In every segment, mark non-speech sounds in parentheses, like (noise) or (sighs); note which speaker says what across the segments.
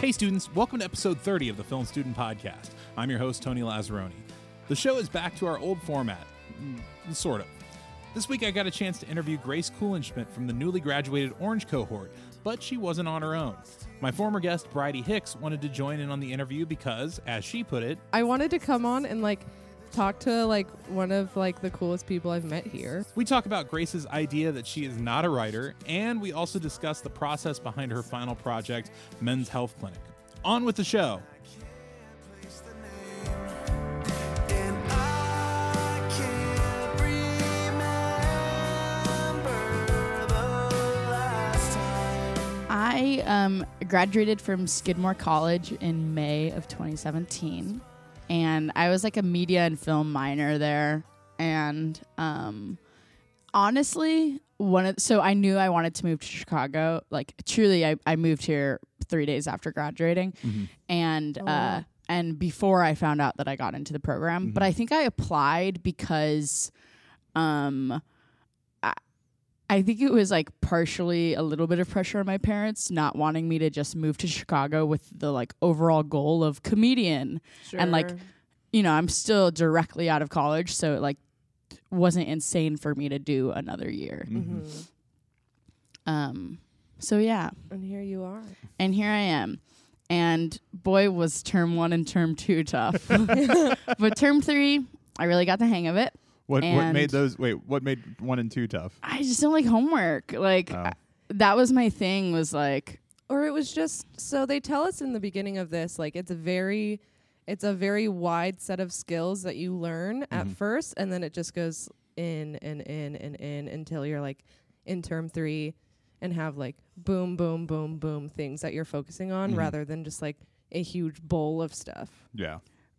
Speaker 1: Hey, students, welcome to episode 30 of the Film Student Podcast. I'm your host, Tony Lazzaroni. The show is back to our old format, Mm, sort of. This week, I got a chance to interview Grace Kulenschmidt from the newly graduated Orange cohort, but she wasn't on her own. My former guest, Bridie Hicks, wanted to join in on the interview because, as she put it,
Speaker 2: I wanted to come on and like talk to like one of like the coolest people I've met here.
Speaker 1: We talk about Grace's idea that she is not a writer, and we also discuss the process behind her final project, Men's Health Clinic. On with the show.
Speaker 3: And I can't remember the last time.
Speaker 4: I um, graduated from Skidmore College in May of 2017, and I was like a media and film minor there. And um, honestly, one of so I knew I wanted to move to Chicago. Like truly, I, I moved here three days after graduating, and uh, and before I found out that I got into the program. But I think I applied because. Um, I think it was like partially a little bit of pressure on my parents not wanting me to just move to Chicago with the like overall goal of comedian. And like,
Speaker 2: Sure.
Speaker 4: you know, I'm still directly out of college, so it like wasn't insane for me to do another year.
Speaker 5: Mm-hmm.
Speaker 2: Mm-hmm.
Speaker 4: Um so yeah,
Speaker 2: And here you are.
Speaker 4: and here I am. And boy was term 1 and term 2 tough. but term 3, I really got the hang of it.
Speaker 5: What what
Speaker 4: And-
Speaker 5: made those wait, what made one and two tough?
Speaker 4: I just don't like homework. Like
Speaker 5: Oh.
Speaker 4: I- that was my thing was like
Speaker 2: Or it was just so they tell us in the beginning of this like it's a very it's a very wide set of skills that you learn at first and then it just goes in and in and in until you're like in term 3 and have like boom boom boom boom things that you're focusing on rather than just like a huge bowl of stuff.
Speaker 5: Yeah.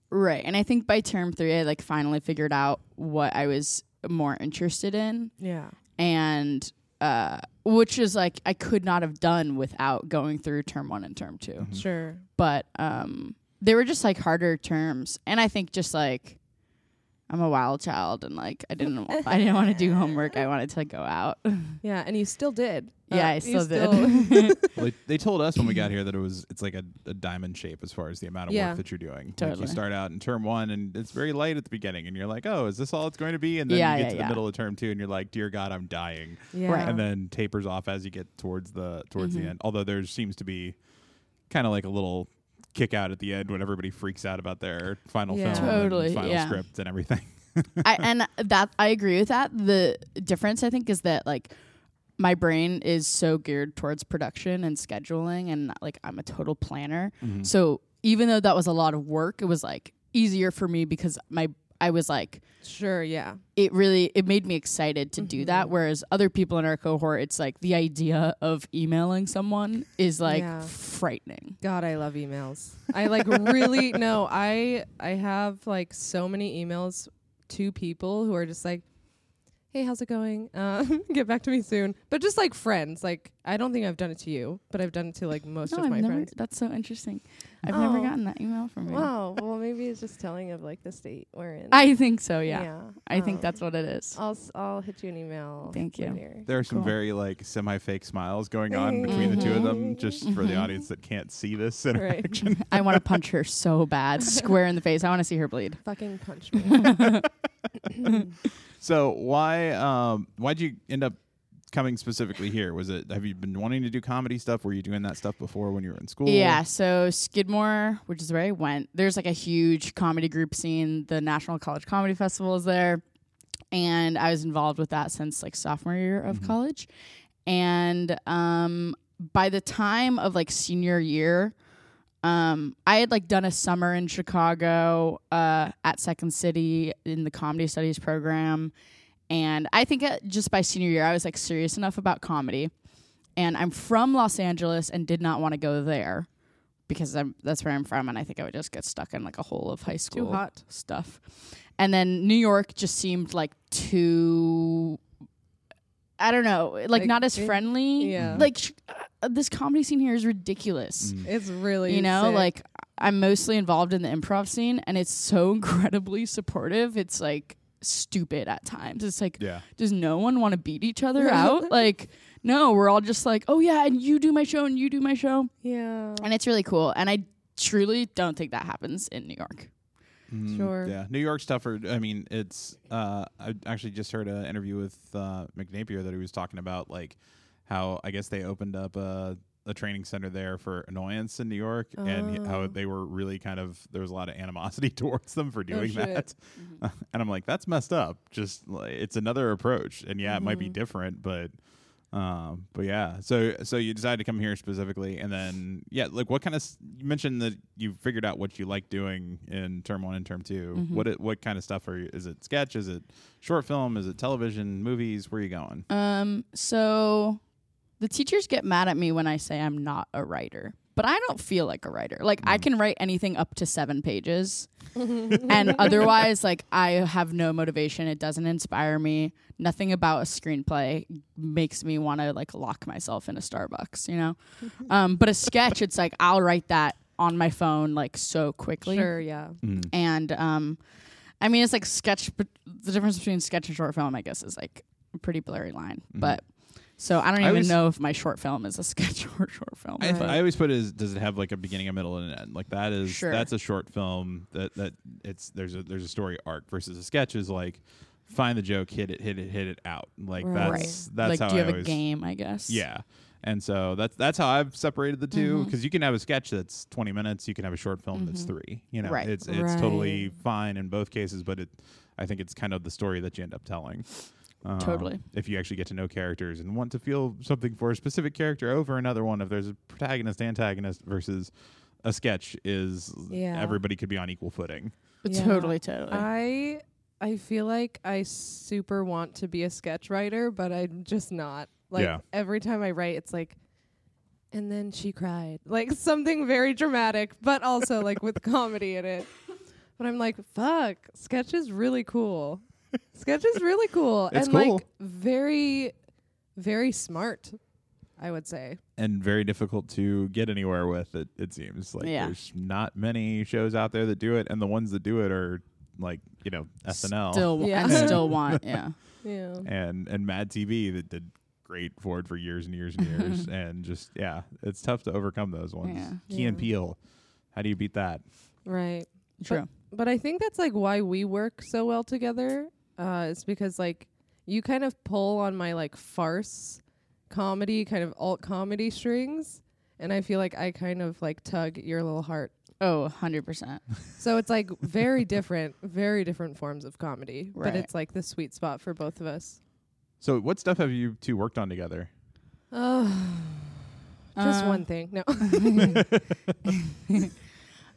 Speaker 4: Right. And I think by term three, I like finally figured out what I was more interested in.
Speaker 2: Yeah.
Speaker 4: And, uh, which is like I could not have done without going through term one and term 2
Speaker 2: Mm-hmm. Sure.
Speaker 4: But, um, they were just like harder terms. And I think just like, I'm a wild child and like I didn't I didn't want to do homework. I wanted to go out.
Speaker 2: Yeah, and you still did. Uh,
Speaker 4: yeah, I
Speaker 2: you
Speaker 4: still did. (laughs)
Speaker 5: well, they, they told us when we got here that it was it's like a, a diamond shape as far as the amount of
Speaker 2: Yeah.
Speaker 5: work that you're doing. Like you
Speaker 4: Totally.
Speaker 5: start out in term one and it's very light at the beginning and you're like, oh, is this all it's going to be? And then
Speaker 4: Yeah,
Speaker 5: you get
Speaker 4: yeah,
Speaker 5: to the
Speaker 4: yeah.
Speaker 5: middle of term two and you're like, dear God, I'm dying.
Speaker 2: (laughs) yeah.
Speaker 4: Right. Mm-hmm.
Speaker 5: And then tapers off as you get towards the towards the end. Although there seems to be kind of like a little kick out at the end when everybody freaks out about their final
Speaker 2: Yeah.
Speaker 5: film,
Speaker 4: Totally,
Speaker 5: and final
Speaker 4: yeah.
Speaker 5: script, and everything. (laughs)
Speaker 4: I, and that I agree with that. The difference I think is that like my brain is so geared towards production and scheduling, and like I'm a total planner. So even though that was a lot of work, it was like easier for me because my I was like
Speaker 2: Sure, yeah.
Speaker 4: it really it made me excited to do that.
Speaker 2: Mm-hmm.
Speaker 4: Whereas other people in our cohort, it's like the idea of emailing someone is like
Speaker 2: Yeah.
Speaker 4: frightening.
Speaker 2: God, I love emails. I like really no, I I have like so many emails to people who are just like, Hey, how's it going? (laughs) Uh, get back to me soon. But just like friends. Like I don't think I've done it to you, but I've done it to like most of
Speaker 4: I've
Speaker 2: my
Speaker 4: never,
Speaker 2: friends.
Speaker 4: That's so interesting. I've
Speaker 2: Oh.
Speaker 4: never gotten that email from you.
Speaker 2: Wow. Oh, Well maybe it's just telling of like the state we're in.
Speaker 4: I think so. Yeah, I think
Speaker 2: um,
Speaker 4: that's what it is.
Speaker 2: I'll s- I'll hit you an email.
Speaker 4: Thank you.
Speaker 2: later.
Speaker 5: There are some
Speaker 4: Cool.
Speaker 5: very like semi fake smiles going on between the two of
Speaker 4: (laughs)
Speaker 5: them, just for the audience that can't see this (laughs)
Speaker 2: Right.
Speaker 5: interaction.
Speaker 4: I want to punch her so bad, square in the face. I want to see her bleed.
Speaker 2: Fucking
Speaker 4: (laughs)
Speaker 2: punch me.
Speaker 5: So why um why'd you end up coming specifically here? Was it have you been wanting to do comedy stuff? Were you doing that stuff before when you were in school?
Speaker 4: Yeah. So Skidmore, which is where I went, there's like a huge comedy group scene. The National College Comedy Festival is there, and I was involved with that since like sophomore year of college. And um, by the time of like senior year, um, I had like done a summer in Chicago uh, at Second City in the comedy studies program. And I think uh, just by senior year, I was like serious enough about comedy. And I'm from Los Angeles and did not want to go there because I'm, that's where I'm from. And I think I would just get stuck in like a hole of high school
Speaker 2: hot.
Speaker 4: stuff. And then New York just seemed like too, I don't know, like,
Speaker 2: Like,
Speaker 4: not as
Speaker 2: it-
Speaker 4: friendly. (laughs)
Speaker 2: yeah.
Speaker 4: Like sh- uh, this comedy scene here is ridiculous
Speaker 5: Mm-hmm.
Speaker 2: it's really
Speaker 4: you know
Speaker 2: sick.
Speaker 4: like i'm mostly involved in the improv scene and it's so (laughs) incredibly supportive it's like stupid at times it's like
Speaker 5: Yeah.
Speaker 4: (laughs) does no one want to beat each other out like no, we're all just like, oh yeah, and you do my show and you do my show.
Speaker 2: Yeah.
Speaker 4: And it's really cool. And I truly don't think that happens in New York.
Speaker 5: Mm,
Speaker 2: Sure.
Speaker 5: Yeah, New York's tougher. I mean, it's. Uh, I actually just heard an interview with uh, McNapier that he was talking about like how I guess they opened up a a training center there for annoyance in New York, and how
Speaker 2: Oh.
Speaker 5: they were really kind of there was a lot of animosity (laughs) towards them for doing
Speaker 2: shit.
Speaker 5: that. (laughs) and I'm like, that's messed up. Just like, it's another approach, and yeah, it might be different, but. Um, but yeah, so so you decided to come here specifically, and then yeah, like what kind of s- you mentioned that you figured out what you like doing in term one and term 2 What it, what kind of stuff are you? Is it sketch? Is it short film? Is it television? Movies? Where are you going?
Speaker 4: Um, so the teachers get mad at me when I say I'm not a writer, but I don't feel like a writer. Like I can write anything up to seven pages, and otherwise, like I have no motivation. It doesn't inspire me. Nothing about a screenplay makes me want to like lock myself in a Starbucks, you know. Um, but a sketch, it's like I'll write that on my phone like so quickly
Speaker 2: Sure. Yeah.
Speaker 4: and um i mean it's like sketch but the difference between sketch and short film i guess is like a pretty blurry line but so i don't even
Speaker 5: Mm-hmm. was-
Speaker 4: know if my short film is a (laughs) sketch or a short film
Speaker 5: I,
Speaker 4: but
Speaker 5: I always put is does it have like a beginning, a middle, and an end? Like that is
Speaker 4: Sure.
Speaker 5: that's a short film that that it's there's a there's a story arc versus a sketch is like find the joke, hit it, hit it, hit it out. Like
Speaker 2: Right.
Speaker 5: that's that's
Speaker 4: like
Speaker 5: how
Speaker 4: do you
Speaker 5: I
Speaker 4: have
Speaker 5: always
Speaker 4: a game i guess
Speaker 5: Yeah. And so that's that's how I've separated the two because you can have a sketch that's 20 minutes, you can have a short film that's 3. You know,
Speaker 4: Right.
Speaker 5: it's it's
Speaker 2: Right.
Speaker 5: totally fine in both cases, but it I think it's kind of the story that you end up telling. Um,
Speaker 4: Totally.
Speaker 5: If you actually get to know characters and want to feel something for a specific character over another one, if there's a protagonist, antagonist versus a sketch is
Speaker 2: Yeah.
Speaker 5: everybody could be on equal footing.
Speaker 2: Yeah.
Speaker 4: totally totally
Speaker 2: I I feel like I super want to be a sketch writer, but I'm just not. Like
Speaker 5: Yeah.
Speaker 2: every time I write, it's like, and then she cried, like (laughs) something very dramatic, but also like with comedy in it. But I'm like, fuck, sketch is really cool. Sketch is really cool
Speaker 5: It's
Speaker 2: and
Speaker 5: cool.
Speaker 2: like very, very smart. I would say.
Speaker 5: and very difficult to get anywhere with it it seems like
Speaker 4: Yeah.
Speaker 5: there's not many shows out there that do it and the ones that do it are like you know SNL
Speaker 4: still
Speaker 2: Yeah.
Speaker 4: and
Speaker 2: (laughs)
Speaker 4: still want yeah
Speaker 2: Yeah.
Speaker 5: and and Mad TV that did great for it for years and
Speaker 4: (laughs)
Speaker 5: years and years and just yeah it's tough to overcome those ones
Speaker 4: Yeah.
Speaker 5: Key and
Speaker 2: Yeah.
Speaker 5: Peele how do you beat that
Speaker 2: Right.
Speaker 4: true
Speaker 2: but I think that's like why we work so well together. Uh, it's because like you kind of pull on my like farce comedy, kind of alt comedy strings, and I feel like I kind of like tug your little heart.
Speaker 4: oh 100%
Speaker 2: So it's like very different, very different forms of comedy,
Speaker 4: Right.
Speaker 2: but it's like the sweet spot for both of
Speaker 4: (sighs)
Speaker 2: us.
Speaker 5: so what stuff have you two worked on together
Speaker 2: Just
Speaker 4: Uh,
Speaker 2: one thing. (laughs) No.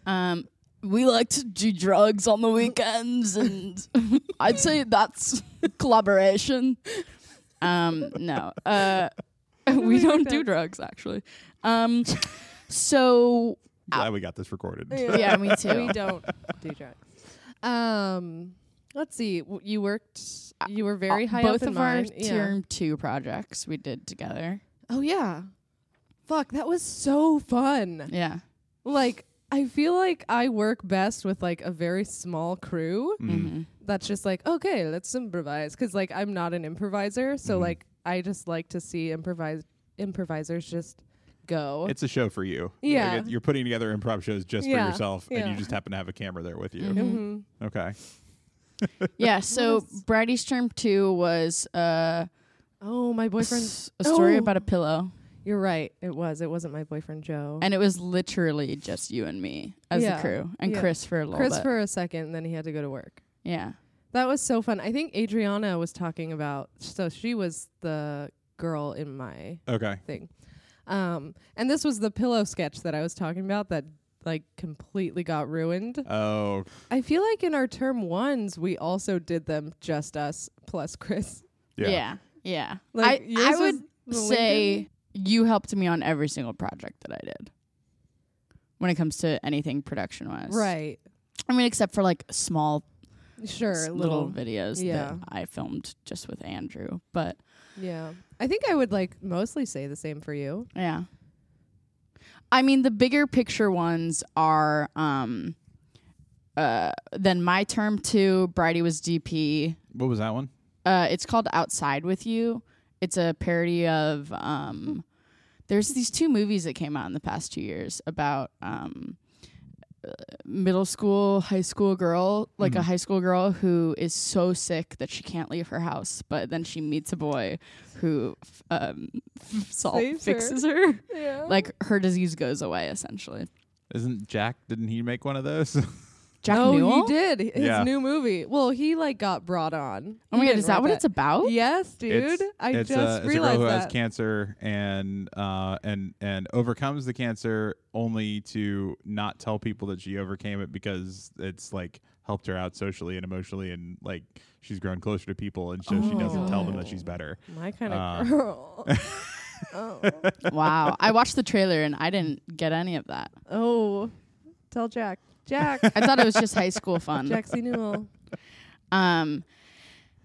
Speaker 4: um we like to do drugs on the weekends and (laughs) i'd say that's collaboration um no uh (laughs) we don't do drugs actually um so
Speaker 5: glad we got this recorded
Speaker 4: Uh, yeah me
Speaker 2: (laughs)
Speaker 4: too
Speaker 2: we
Speaker 4: (laughs)
Speaker 2: don't do drugs. Um, let's see. W- You worked. You were very
Speaker 4: Uh,
Speaker 2: high
Speaker 4: both
Speaker 2: up in
Speaker 4: of our
Speaker 2: mine. Yeah.
Speaker 4: term two projects we did together
Speaker 2: Oh yeah. Fuck, that was so fun.
Speaker 4: yeah
Speaker 2: Like I feel like I work best with like a very small crew
Speaker 5: Mm.
Speaker 4: Mm-hmm.
Speaker 2: that's just like, okay, let's improvise cuz like I'm not an improviser, so like I just like to see improvise improvisers just go.
Speaker 5: it's a show for you
Speaker 2: Yeah.
Speaker 5: Like, it- you're putting together improv shows just
Speaker 2: Yeah.
Speaker 5: for yourself and
Speaker 2: Yeah.
Speaker 5: you just happen to have a camera there with you
Speaker 4: Mm-hmm.
Speaker 2: Mhm.
Speaker 5: okay
Speaker 2: (laughs)
Speaker 4: yeah so brady's term two was uh
Speaker 2: Oh, my
Speaker 4: (laughs)
Speaker 2: boyfriend.
Speaker 4: s- a story
Speaker 2: Oh.
Speaker 4: about a pillow
Speaker 2: You're right. It was. It wasn't my boyfriend Joe.
Speaker 4: and it was literally just you and me as
Speaker 2: Yeah.
Speaker 4: the crew and
Speaker 2: Yeah.
Speaker 4: chris for a little
Speaker 2: Chris
Speaker 4: bit
Speaker 2: for a second, and then he had to go to work.
Speaker 4: yeah
Speaker 2: That was so fun. I think Adriana was talking about so she was the girl in my
Speaker 5: okay
Speaker 2: thing. Um, and this was the pillow sketch that I was talking about that like completely got ruined.
Speaker 5: oh
Speaker 2: I feel like in our term ones, we also did them just us plus Chris. (laughs)
Speaker 5: yeah,
Speaker 4: yeah yeah
Speaker 2: Like,
Speaker 4: i, I
Speaker 2: yours was
Speaker 4: would
Speaker 2: the
Speaker 4: say you helped me on every single project that i did when it comes to anything production wise
Speaker 2: Right.
Speaker 4: i mean except for like small
Speaker 2: Sure.
Speaker 4: s-
Speaker 2: little.
Speaker 4: little, videos
Speaker 2: yeah.
Speaker 4: that i filmed just with andrew but
Speaker 2: Yeah. I think I would like mostly say the same for you.
Speaker 4: yeah i mean the bigger picture ones are um uh then my term two brady was dp
Speaker 5: what was that one
Speaker 4: uh, it's called Outside with You. it's a parody of um, there's these two movies that came out in the past two years about um, uh, middle school, high school girl, like
Speaker 2: Mm.
Speaker 4: a high school girl who is so sick that she can't leave her house, but then she meets a boy who f- um, (laughs) salt
Speaker 2: Saves her.
Speaker 4: fixes her.
Speaker 2: Yeah.
Speaker 4: Like her disease goes away essentially.
Speaker 5: Isn't Jack? Didn't he make one of those? (laughs)
Speaker 4: Jack
Speaker 2: oh,
Speaker 4: Newell.
Speaker 2: he did his
Speaker 5: Yeah.
Speaker 2: new movie. Well, he like got brought on.
Speaker 4: Oh
Speaker 2: He
Speaker 4: my god,
Speaker 2: didn't
Speaker 4: is that
Speaker 2: write
Speaker 4: what it's about?
Speaker 2: Yes, dude.
Speaker 5: It's-
Speaker 2: I
Speaker 5: it's
Speaker 2: just
Speaker 5: a, it's a
Speaker 2: realized
Speaker 5: girl who
Speaker 2: that.
Speaker 5: has cancer and uh, and and overcomes the cancer only to not tell people that she overcame it because it's like helped her out socially and emotionally and like she's grown closer to people and so she doesn't tell them that she's better.
Speaker 2: My kind of
Speaker 5: Uh, (laughs)
Speaker 2: girl. (laughs) Oh.
Speaker 4: wow. I watched the trailer and I didn't get any of that.
Speaker 2: oh, tell Jack.
Speaker 4: (laughs)
Speaker 2: Jack.
Speaker 4: I thought it was just high
Speaker 2: (laughs)
Speaker 4: school fun.
Speaker 2: Jaxie Newell.
Speaker 4: Um,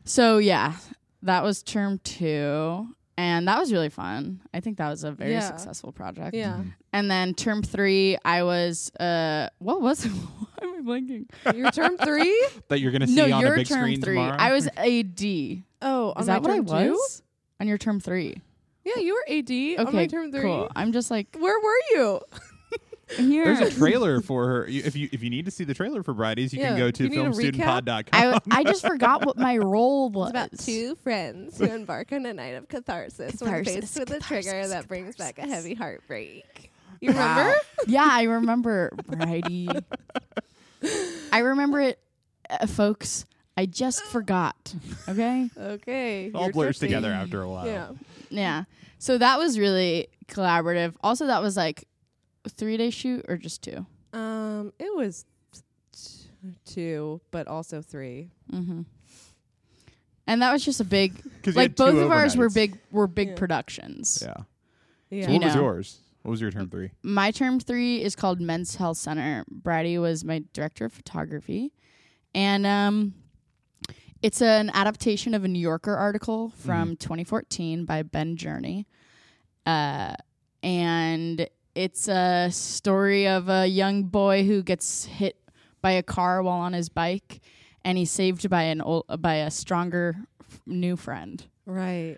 Speaker 4: so yeah, that was term two, and that was really fun. I think that was a very
Speaker 2: Yeah.
Speaker 4: successful project.
Speaker 2: Yeah,
Speaker 5: Mm-hmm.
Speaker 4: And then term three, I was uh, what was it? (laughs) Why am I blanking?
Speaker 2: your term three.
Speaker 5: That you're gonna see
Speaker 4: no,
Speaker 5: on
Speaker 4: your
Speaker 5: a big
Speaker 4: term
Speaker 5: screen
Speaker 4: three.
Speaker 5: tomorrow.
Speaker 4: I was a D.
Speaker 2: Oh, on
Speaker 4: Is
Speaker 2: my
Speaker 4: that what I
Speaker 2: term two?
Speaker 4: was on your term three?
Speaker 2: Yeah, you were AD on my
Speaker 4: Okay,
Speaker 2: term three.
Speaker 4: cool. I'm
Speaker 2: (laughs)
Speaker 4: just like
Speaker 2: Where were you?
Speaker 4: here.
Speaker 5: (laughs) There's a
Speaker 2: (laughs)
Speaker 5: trailer for her. You- If you if you need to see the trailer for Brighties, you can
Speaker 2: Yeah,
Speaker 5: go to
Speaker 2: you need a recap?
Speaker 5: filmstudentpod.com.
Speaker 4: I, I just forgot what my role was.
Speaker 2: friends who embark on a night of catharsis,
Speaker 4: Catharsis, catharsis,
Speaker 2: brings back a
Speaker 4: catharsis.
Speaker 2: heartbreak. You remember?
Speaker 4: Wow. yeah, I remember Brady. I remember it, uh, folks. I just forgot. Okay.
Speaker 2: Okay.
Speaker 5: It (laughs) all
Speaker 2: you're
Speaker 5: blurs
Speaker 2: 15.
Speaker 5: together after a while.
Speaker 2: Yeah.
Speaker 4: Yeah. So that was really collaborative. Also, that was like three day shoot or just two.
Speaker 2: Um, it was t- two, but also three.
Speaker 4: Mm-hmm. And that was just a big,
Speaker 5: 'Cause (laughs) you
Speaker 4: like
Speaker 5: had two
Speaker 4: both of ours were
Speaker 5: overnights.
Speaker 4: big, were big
Speaker 2: Yeah.
Speaker 4: productions.
Speaker 5: Yeah.
Speaker 2: Yeah.
Speaker 5: So what was
Speaker 4: know.
Speaker 5: yours? What was your term three?
Speaker 4: My term three is called Men's Health Center. Brady was my director of photography, and um, it's an adaptation of a New Yorker article from 2014 by Ben Journey, uh, and it's a story of a young boy who gets hit by a car while on his bike, and he's saved by an old, by a stronger f- new friend
Speaker 2: Right.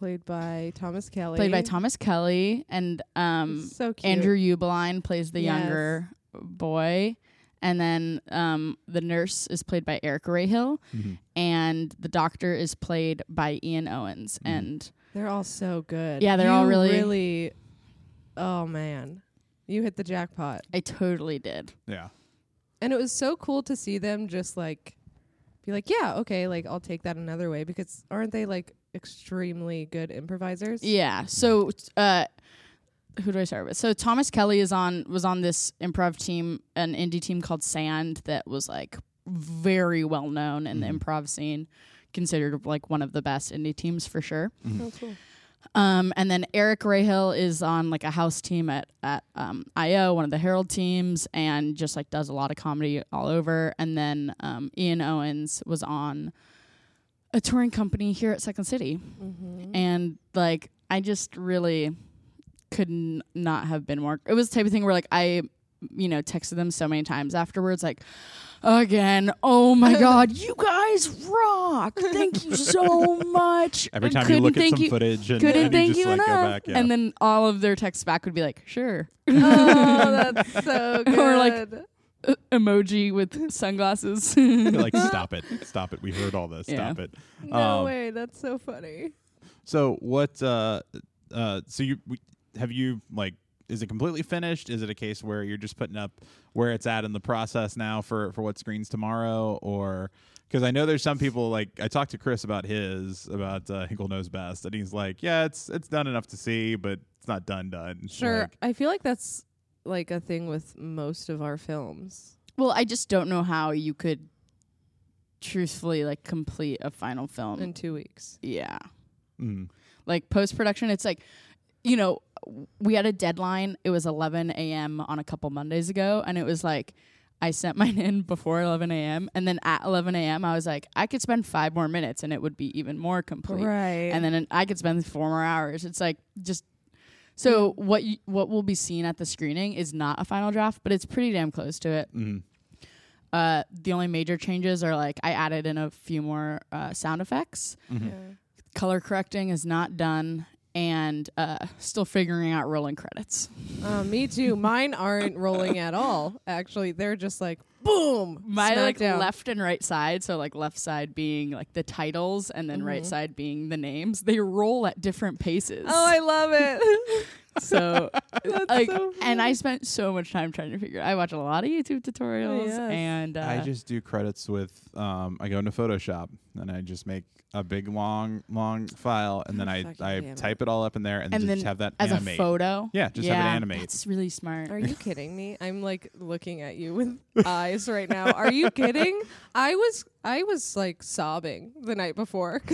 Speaker 2: Played by Thomas Kelly.
Speaker 4: played by Thomas Kelly and um,
Speaker 2: So cute.
Speaker 4: Andrew Ubeline plays the
Speaker 2: Yes.
Speaker 4: younger boy, and then um, the nurse is played by Eric Rahill, and the doctor is played by Ian Owens. And
Speaker 2: They're all so good.
Speaker 4: Yeah, they're
Speaker 2: You
Speaker 4: all really-
Speaker 2: really. Oh man, you hit the jackpot.
Speaker 4: I totally did.
Speaker 5: Yeah.
Speaker 2: and it was so cool to see them just like be like yeah okay like i'll take that another way because aren't they like extremely good improvisers
Speaker 4: Yeah. So, uh, who do I start with? So Thomas Kelly is on was on this improv team, an indie team called Sand that was like very well known in the improv scene, considered like one of the best indie teams for sure.
Speaker 2: oh, cool.
Speaker 4: Um, and then Eric Rahill is on like a house team at at um, IO, one of the Herald teams, and just like does a lot of comedy all over. And then um, Ian Owens was on a touring company here at Second City, and like I just really could n- not have been more. It was the type of thing where like I, you know, texted them so many times afterwards, like again, (laughs) oh my god, you guys rock! Thank (laughs) you so much.
Speaker 5: Every
Speaker 4: I
Speaker 5: time you look
Speaker 4: couldn't
Speaker 5: at
Speaker 4: thank
Speaker 5: some footage and,
Speaker 4: couldn't
Speaker 5: and you
Speaker 4: thank
Speaker 5: just
Speaker 4: you
Speaker 5: like go
Speaker 4: enough.
Speaker 5: back. Yeah.
Speaker 4: And then all of their texts back would be like, sure.
Speaker 2: oh
Speaker 4: (laughs)
Speaker 2: that's so good
Speaker 4: Or, like- Emoji with sunglasses. (laughs)
Speaker 5: You're like stop it stop it we heard all this
Speaker 4: Yeah.
Speaker 5: stop it
Speaker 2: no
Speaker 5: Um,
Speaker 2: way that's so funny
Speaker 5: so what uh uh so you we, have you like is it completely finished is it a case where you're just putting up where it's at in the process now for for what screens tomorrow or because I know there's some people like I talked to Chris about his about uh, Hinkle knows best and he's like yeah it's it's done enough to see but it's not done done
Speaker 2: sure
Speaker 5: Like,
Speaker 2: i feel like that's like a thing with most of our films
Speaker 4: well, I just don't know how you could truthfully like complete a final film.
Speaker 2: in two weeks
Speaker 4: yeah.
Speaker 5: mm.
Speaker 4: Like post production, it's like, you know, we had a deadline. It was 11 a.m. on a couple Mondays ago. And it was like, I sent (laughs) mine in before 11 a.m. And then at 11 a.m., I was like, I could spend five more minutes and it would be even more complete.
Speaker 2: right
Speaker 4: and then an, I could spend four more hours. It's like just so what you, what will be seen at the screening is not a final draft, but it's pretty damn close to it.
Speaker 5: Mhm.
Speaker 4: Uh, the only major changes are like I added in a few more uh, sound effects color correcting is not done, and uh, still figuring out rolling credits.
Speaker 2: Uh, me too. Mine aren't rolling at all. Actually, they're just like boom.
Speaker 4: My
Speaker 2: smack
Speaker 4: like
Speaker 2: down.
Speaker 4: left and right side, so like left side being like the titles, and then right side being the names. They roll at different paces.
Speaker 2: Oh, I love it. (laughs)
Speaker 4: (laughs) so like, (laughs)
Speaker 2: so
Speaker 4: and I spent so much time trying to figure. I watch a lot of YouTube tutorials,
Speaker 2: yes.
Speaker 4: and uh,
Speaker 5: I just do credits with um, I go into Photoshop and I just make a big long long file and then I
Speaker 2: Fucking damn
Speaker 5: I
Speaker 2: it.
Speaker 5: type it all up in there and,
Speaker 4: and then
Speaker 5: just have that
Speaker 4: as
Speaker 5: animate.
Speaker 4: a photo.
Speaker 5: Yeah, just have it animate.
Speaker 4: It's really smart.
Speaker 2: Are you kidding me? I'm like looking at you with eyes right now. Are you kidding? I was I was like sobbing the night before. (laughs)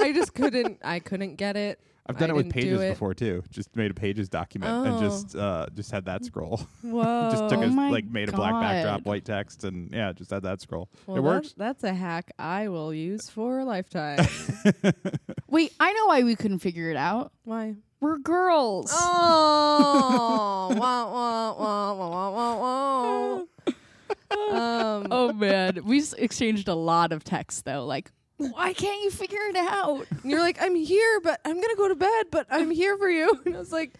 Speaker 2: I just couldn't I couldn't get it.
Speaker 5: I've done
Speaker 2: I
Speaker 5: it with
Speaker 2: didn't do
Speaker 5: pages
Speaker 2: it.
Speaker 5: before (laughs) too. Just made a pages document and
Speaker 2: Oh.
Speaker 5: just uh, just had that scroll. (laughs)
Speaker 2: Whoa.
Speaker 5: just took
Speaker 4: Oh
Speaker 5: a
Speaker 4: my
Speaker 5: like made a black backdrop,
Speaker 4: God.
Speaker 5: white text, and yeah, just had that scroll.
Speaker 2: Well,
Speaker 5: it
Speaker 2: that-
Speaker 5: works.
Speaker 2: That's a hack I will use for a lifetime. (laughs)
Speaker 4: Wait, I know why we couldn't figure it out.
Speaker 2: Why?
Speaker 4: We're girls.
Speaker 5: (laughs)
Speaker 2: Oh, wah, wah, wah, wah, wah, wah, wah. Um,
Speaker 4: Oh man, we s- exchanged a lot of texts though. Like, why can't you figure it out?
Speaker 2: and you're like, I'm here, but I'm gonna go to bed, but I'm here for you. (laughs) And I was like,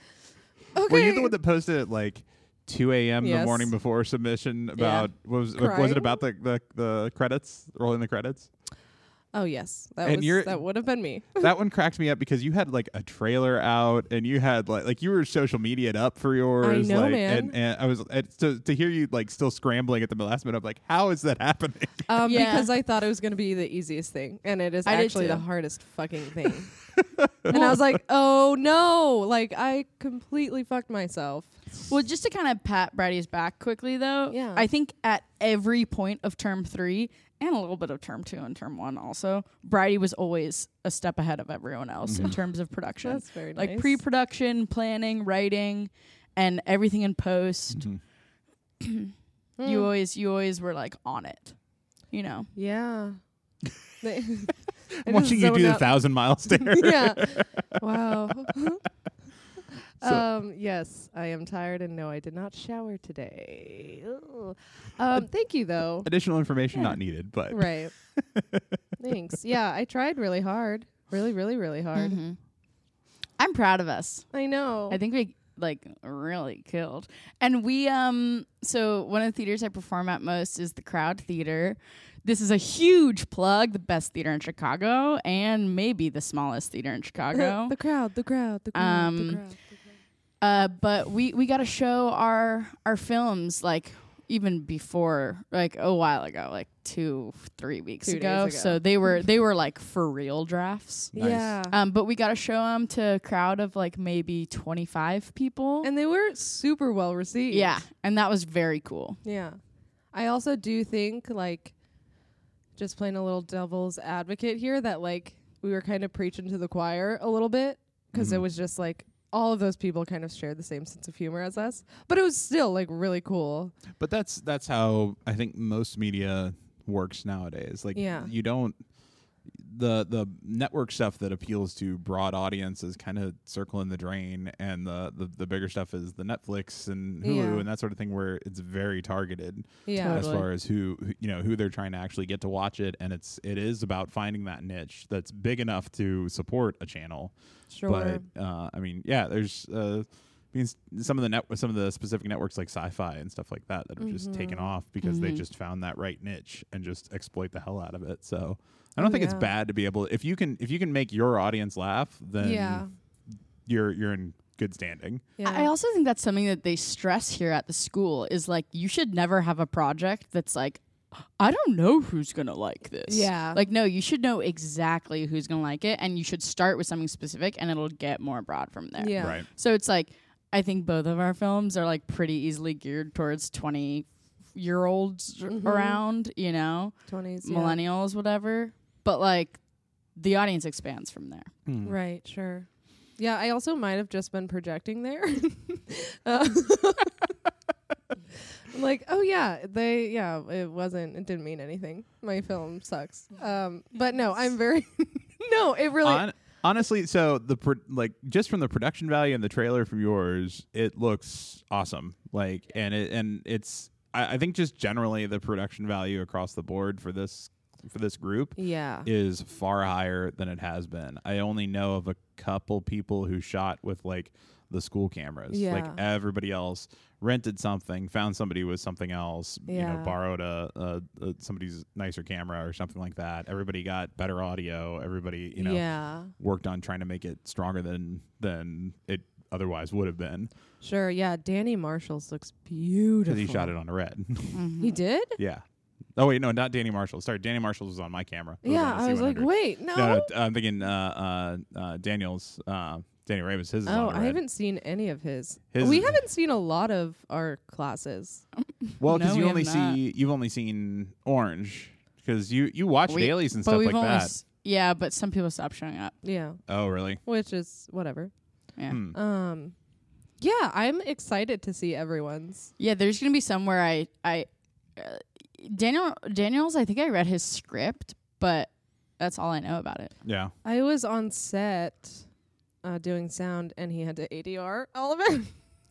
Speaker 2: okay.
Speaker 5: Were you the one that posted at like 2 a.m. the
Speaker 2: Yes.
Speaker 5: morning before submission about what was was
Speaker 2: Crying?
Speaker 5: it about the, the the credits rolling the credits?
Speaker 2: oh yes, that
Speaker 5: And
Speaker 2: was
Speaker 5: you're-
Speaker 2: that would have been me.
Speaker 5: that one cracked me up because you had like a trailer out and you had like like you were social media up for yours.
Speaker 2: know,
Speaker 5: like,
Speaker 2: man.
Speaker 5: And, and I was and to to hear you like still scrambling at the last minute. I'm like, how is that happening? (laughs)
Speaker 2: Um,
Speaker 4: Yeah.
Speaker 2: because I thought it was gonna be the easiest thing, and it is
Speaker 4: I did
Speaker 2: actually the
Speaker 4: too.
Speaker 2: hardest
Speaker 5: (laughs)
Speaker 2: fucking thing. and I was like, oh no, like I completely fucked myself.
Speaker 4: Well, just to kind of pat Brady's back quickly though,
Speaker 2: Yeah.
Speaker 4: I think at every point of term three and a little bit of term two and term one also, Brady was always a step ahead of everyone else in terms of production.
Speaker 2: That's very
Speaker 4: like
Speaker 2: nice.
Speaker 4: pre-production, planning, writing, and everything in post.
Speaker 5: Hmm.
Speaker 4: you always, you always were like on it. You know,
Speaker 2: Yeah.
Speaker 5: (laughs)
Speaker 2: (laughs) They- I just
Speaker 5: Watching you
Speaker 2: zone
Speaker 5: do the
Speaker 2: out.
Speaker 5: thousand mile stare.
Speaker 2: yeah. Wow. um, yes, I am tired and no, I did not shower today. Ugh. Um, thank
Speaker 5: (laughs)
Speaker 2: you though. (laughs)
Speaker 5: Additional information not needed, but
Speaker 2: Right. Thanks. Yeah, I tried really hard. Really, really, really hard.
Speaker 4: I'm proud of us.
Speaker 2: I know.
Speaker 4: I think we like really killed. And we um so one of the theaters I perform at most is the Crowd Theater. This is a huge plug, the best theater in Chicago and maybe the smallest theater
Speaker 2: (laughs)
Speaker 4: in Chicago.
Speaker 2: the crowd, the crowd, the crowd,
Speaker 4: Um,
Speaker 2: the crowd. the
Speaker 4: Uh, but we we got to show our our films like even before like a while ago, like two three weeks
Speaker 2: Two days
Speaker 4: ago.
Speaker 2: ago.
Speaker 4: So they were
Speaker 2: (laughs)
Speaker 4: they were like for real drafts.
Speaker 2: crowd. Yeah.
Speaker 4: Um, but we got to show them to a crowd of like maybe twenty five people.
Speaker 2: and they were super well received.
Speaker 4: yeah, and that was very cool.
Speaker 2: Yeah. I also do think like just playing a little devil's advocate here that like we were kind of preaching to the choir a little bit because
Speaker 5: Mm-hmm.
Speaker 2: it was just like all of those people kind of shared the same sense of humor as us, but it was still like really cool.
Speaker 5: But that's that's how I think most media works nowadays. Like
Speaker 2: Yeah.
Speaker 5: you don't the the network stuff that appeals to broad audience is kind of circling the drain and the, the the bigger stuff is the Netflix and Hulu
Speaker 2: Yeah.
Speaker 5: and that sort of thing where it's very targeted
Speaker 2: Yeah.
Speaker 5: as far as who who- you know who they're trying to actually get to watch it and it's it is about finding that niche that's big enough to support a channel
Speaker 2: Sure.
Speaker 5: but uh, I mean, yeah, there's uh, means some of the net some of the specific networks like Sci-Fi and stuff like that that are just taken
Speaker 2: Mm-hmm.
Speaker 5: off because they just found that right niche and just exploit the hell out of it. So I don't think it's
Speaker 2: yeah.
Speaker 5: bad to be able if you can if you can make your audience laugh, then
Speaker 2: Yeah.
Speaker 5: you're you're in good standing.
Speaker 2: yeah.
Speaker 4: I also think that's something that they stress here at the school is like you should never have a project that's like I don't know who's gonna like this.
Speaker 2: Yeah.
Speaker 4: Like no, you should know exactly who's gonna like it and you should start with something specific and it'll get more broad from there.
Speaker 2: yeah.
Speaker 5: Right.
Speaker 4: So it's like I think both of our films are like pretty easily geared towards twenty year olds around, you know,
Speaker 2: 20s. Mm-hmm. yeah.
Speaker 4: millennials, whatever. But like the audience expands from there.
Speaker 5: Mm.
Speaker 2: Right. Sure. Yeah. I also might have just been projecting there. (laughs) Uh, (laughs) I'm like, oh yeah, they yeah, it wasn't. It didn't mean anything. My film sucks. Um, but no, I'm very. (laughs) no, it really.
Speaker 5: Hon- honestly, so the pro- like just from the production value and the trailer from yours, it looks awesome. Like, and it and it's I, I think just generally the production value across the board for this for this group
Speaker 2: Yeah.
Speaker 5: is far higher than it has been. I only know of a couple people who shot with like the school cameras.
Speaker 2: Yeah.
Speaker 5: Like everybody else rented something, found somebody with something else, you
Speaker 2: Yeah.
Speaker 5: know, borrowed a, a, a somebody's nicer camera or something like that. Everybody got better audio. Everybody, you know,
Speaker 2: yeah.
Speaker 5: worked on trying to make it stronger than than it otherwise would have been
Speaker 2: Sure. Yeah. Danny Marshall's looks beautiful.
Speaker 5: because he shot it on a red. (laughs)
Speaker 2: He did?
Speaker 5: yeah. Oh wait, no, not Danny Marshall. Sorry, Danny Marshall was on my camera. It was
Speaker 2: yeah.
Speaker 5: on the
Speaker 2: I was like,
Speaker 5: C100.
Speaker 2: wait, no.
Speaker 5: No, no, I'm thinking uh, uh, uh, Daniel's uh, Daniel Ravis. His is
Speaker 2: oh,
Speaker 5: on a
Speaker 2: I
Speaker 5: red.
Speaker 2: haven't seen any of his.
Speaker 5: His- Oh.
Speaker 2: we haven't seen a lot of our classes.
Speaker 5: Well,
Speaker 4: No,
Speaker 5: because you
Speaker 4: we
Speaker 5: only
Speaker 4: have not.
Speaker 5: see you've only seen orange because you you watch
Speaker 4: We-
Speaker 5: dailies and
Speaker 4: but
Speaker 5: stuff
Speaker 4: we've
Speaker 5: like
Speaker 4: only
Speaker 5: that.
Speaker 4: s- yeah, but some people stopped showing up.
Speaker 2: Yeah.
Speaker 5: oh, really?
Speaker 2: Which is whatever.
Speaker 4: Yeah.
Speaker 5: Hmm.
Speaker 2: Um yeah, I'm excited to see everyone's.
Speaker 4: Yeah, there's gonna be somewhere I I uh, Daniel Daniels. I think I read his script, but that's all I know about it.
Speaker 5: Yeah.
Speaker 2: I was on set uh, doing sound and he had to ADR all of it. (laughs)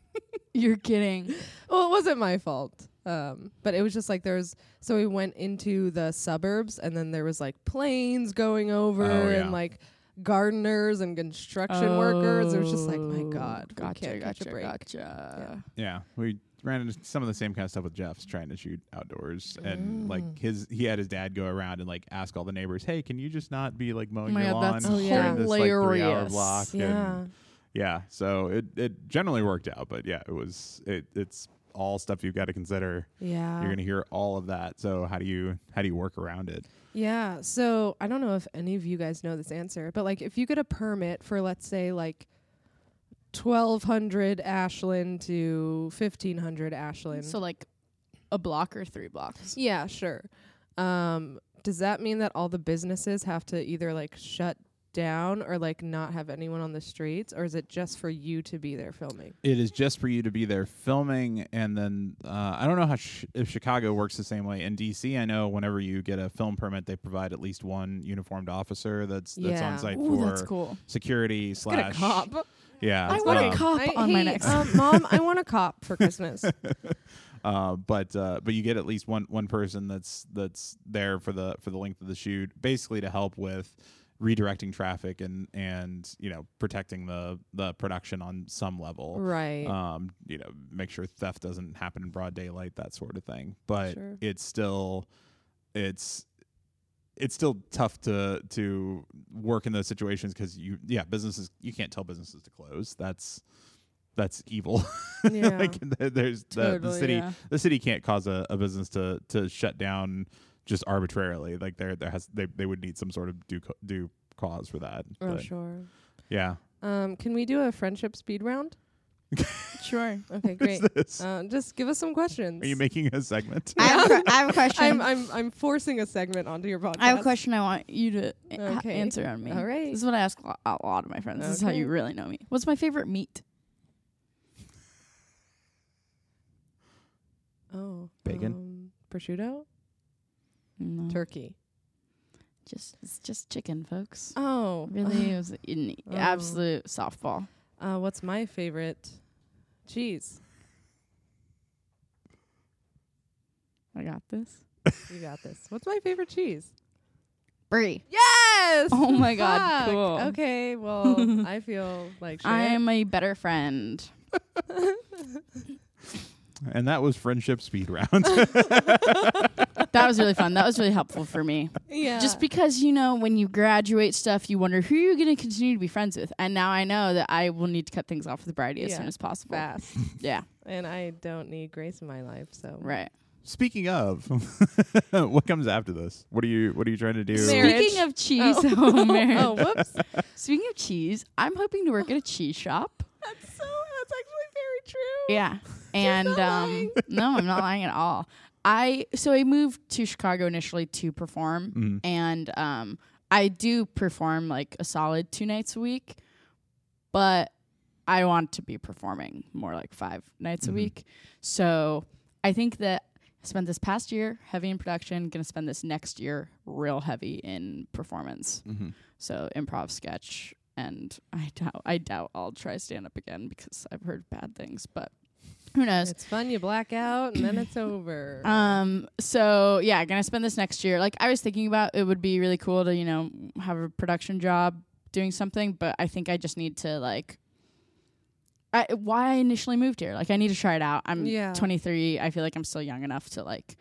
Speaker 4: You're kidding.
Speaker 2: well, it wasn't my fault. Um, but it was just like there's so we went into the suburbs and then there was like planes going over
Speaker 5: Oh, yeah.
Speaker 2: and like gardeners and construction workers. It was just like my god,
Speaker 4: Oh, gotcha,
Speaker 2: we can't
Speaker 4: gotcha,
Speaker 2: catch a break.
Speaker 4: gotcha.
Speaker 5: Yeah, we ran into some of the same kind of stuff with Jeff's trying to shoot outdoors, and
Speaker 4: Mm.
Speaker 5: like his he had his dad go around and like ask all the neighbors, "Hey, can you just not be like mowing
Speaker 4: Oh my
Speaker 5: your
Speaker 4: God,
Speaker 5: lawn
Speaker 4: that's
Speaker 5: during this like three hour
Speaker 4: hilarious.
Speaker 5: block?"
Speaker 2: Yeah.
Speaker 5: and, yeah. So it it generally worked out, but yeah, it was it it's all stuff you've got to consider.
Speaker 2: Yeah.
Speaker 5: You're gonna hear all of that. So how do you how do you work around it?
Speaker 2: Yeah. So I don't know if any of you guys know this answer, but like if you get a permit for let's say like twelve hundred Ashland to fifteen hundred Ashland.
Speaker 4: So like a block or three blocks.
Speaker 2: yeah, sure. Um, does that mean that all the businesses have to either like shut down or like not have anyone on the streets, or is it just for you to be there filming?
Speaker 5: it is just for you to be there filming and then uh, i don't know how sh- if chicago works the same way in dc i know whenever you get a film permit they provide at least one uniformed officer that's that's
Speaker 2: Yeah.
Speaker 5: on site
Speaker 4: Ooh,
Speaker 5: for
Speaker 4: that's cool.
Speaker 5: security slash yeah
Speaker 4: I want
Speaker 5: um,
Speaker 4: a cop
Speaker 2: I
Speaker 4: on my
Speaker 2: hate-
Speaker 4: next.
Speaker 2: um, (laughs) Mom, I want a cop for (laughs) Christmas.
Speaker 5: uh, but uh, but you get at least one one person that's that's there for the for the length of the shoot basically to help with redirecting traffic and and you know protecting the the production on some level
Speaker 2: right.
Speaker 5: um, you know, make sure theft doesn't happen in broad daylight, that sort of thing. But
Speaker 2: Sure.
Speaker 5: it's still, it's, it's still tough to to work in those situations because you, yeah, businesses you can't tell businesses to close. That's that's evil. (laughs)
Speaker 2: Yeah.
Speaker 5: like th- there's the, the
Speaker 4: Totally,
Speaker 5: city,
Speaker 4: yeah.
Speaker 5: the city can't cause a, a business to to shut down just arbitrarily. Like there there has they they would need some sort of due co- due cause for that.
Speaker 2: oh,
Speaker 5: But,
Speaker 2: sure.
Speaker 5: Yeah. (laughs)
Speaker 2: Um, can we do a friendship speed round?
Speaker 4: sure.
Speaker 2: Okay,
Speaker 5: What is
Speaker 2: great.
Speaker 5: this?
Speaker 2: Uh, just give us some questions.
Speaker 5: Are you making a segment?
Speaker 4: I have, a (laughs) que- I have a question.
Speaker 2: I'm I'm I'm forcing a segment onto your podcast.
Speaker 4: I have a question I want you to a-
Speaker 2: Okay.
Speaker 4: answer on me.
Speaker 2: All right.
Speaker 4: This is what I ask a lo- a lot of my friends. This is how
Speaker 2: Okay.
Speaker 4: you really know me. What's my favorite meat?
Speaker 2: Oh,
Speaker 5: Bacon?
Speaker 2: um, prosciutto,
Speaker 4: No,
Speaker 2: turkey.
Speaker 4: just it's just chicken, folks.
Speaker 2: Oh,
Speaker 4: Really, it was an
Speaker 2: Oh.
Speaker 4: absolute softball.
Speaker 2: (laughs) Uh, what's my favorite? Cheese.
Speaker 4: I got this.
Speaker 2: You got this. What's my favorite cheese?
Speaker 4: Brie.
Speaker 2: Yes.
Speaker 4: Oh my God,
Speaker 2: Fuck.
Speaker 4: cool.
Speaker 2: Okay. (laughs) Well, I feel like shit.
Speaker 4: I'm a better friend.
Speaker 5: And that was friendship speed round.
Speaker 4: That was really fun. That was really helpful for me.
Speaker 2: (laughs) yeah.
Speaker 4: Just because you know when you graduate stuff, you wonder who you're going to continue to be friends with, and now I know that I will need to cut things off with Bridie as
Speaker 2: Yeah.
Speaker 4: soon as possible.
Speaker 2: fast,
Speaker 4: Yeah,
Speaker 2: and I don't need grace in my life. So
Speaker 4: right.
Speaker 5: Speaking of, (laughs) what comes after this? What are you What are you trying to do?
Speaker 2: Marriage.
Speaker 4: Speaking
Speaker 2: (laughs)
Speaker 4: of cheese,
Speaker 2: Oh.
Speaker 4: (laughs) oh, marriage.
Speaker 2: oh, whoops.
Speaker 4: Speaking of cheese, I'm hoping to work at a cheese shop.
Speaker 2: That's so. That's actually very true.
Speaker 4: Yeah. And
Speaker 2: not lying.
Speaker 4: um (laughs) no, I'm not lying at all. I so I moved to Chicago initially to perform
Speaker 5: Mm-hmm.
Speaker 4: and um I do perform like a solid two nights a week, but I want to be performing more like five nights a week. So I think that I spent this past year heavy in production, gonna spend this next year real heavy in performance. So improv sketch and I doubt I doubt I'll try stand up again because I've heard bad things, but Who knows?
Speaker 2: It's fun. You black out, and then it's over.
Speaker 4: (clears throat) Um, so yeah, gonna spend this next year. Like I was thinking about it would be really cool to, you know, have a production job doing something, but I think I just need to like I, why I initially moved here. Like I need to try it out. I'm
Speaker 2: Yeah.
Speaker 4: 23. I feel like I'm still young enough to like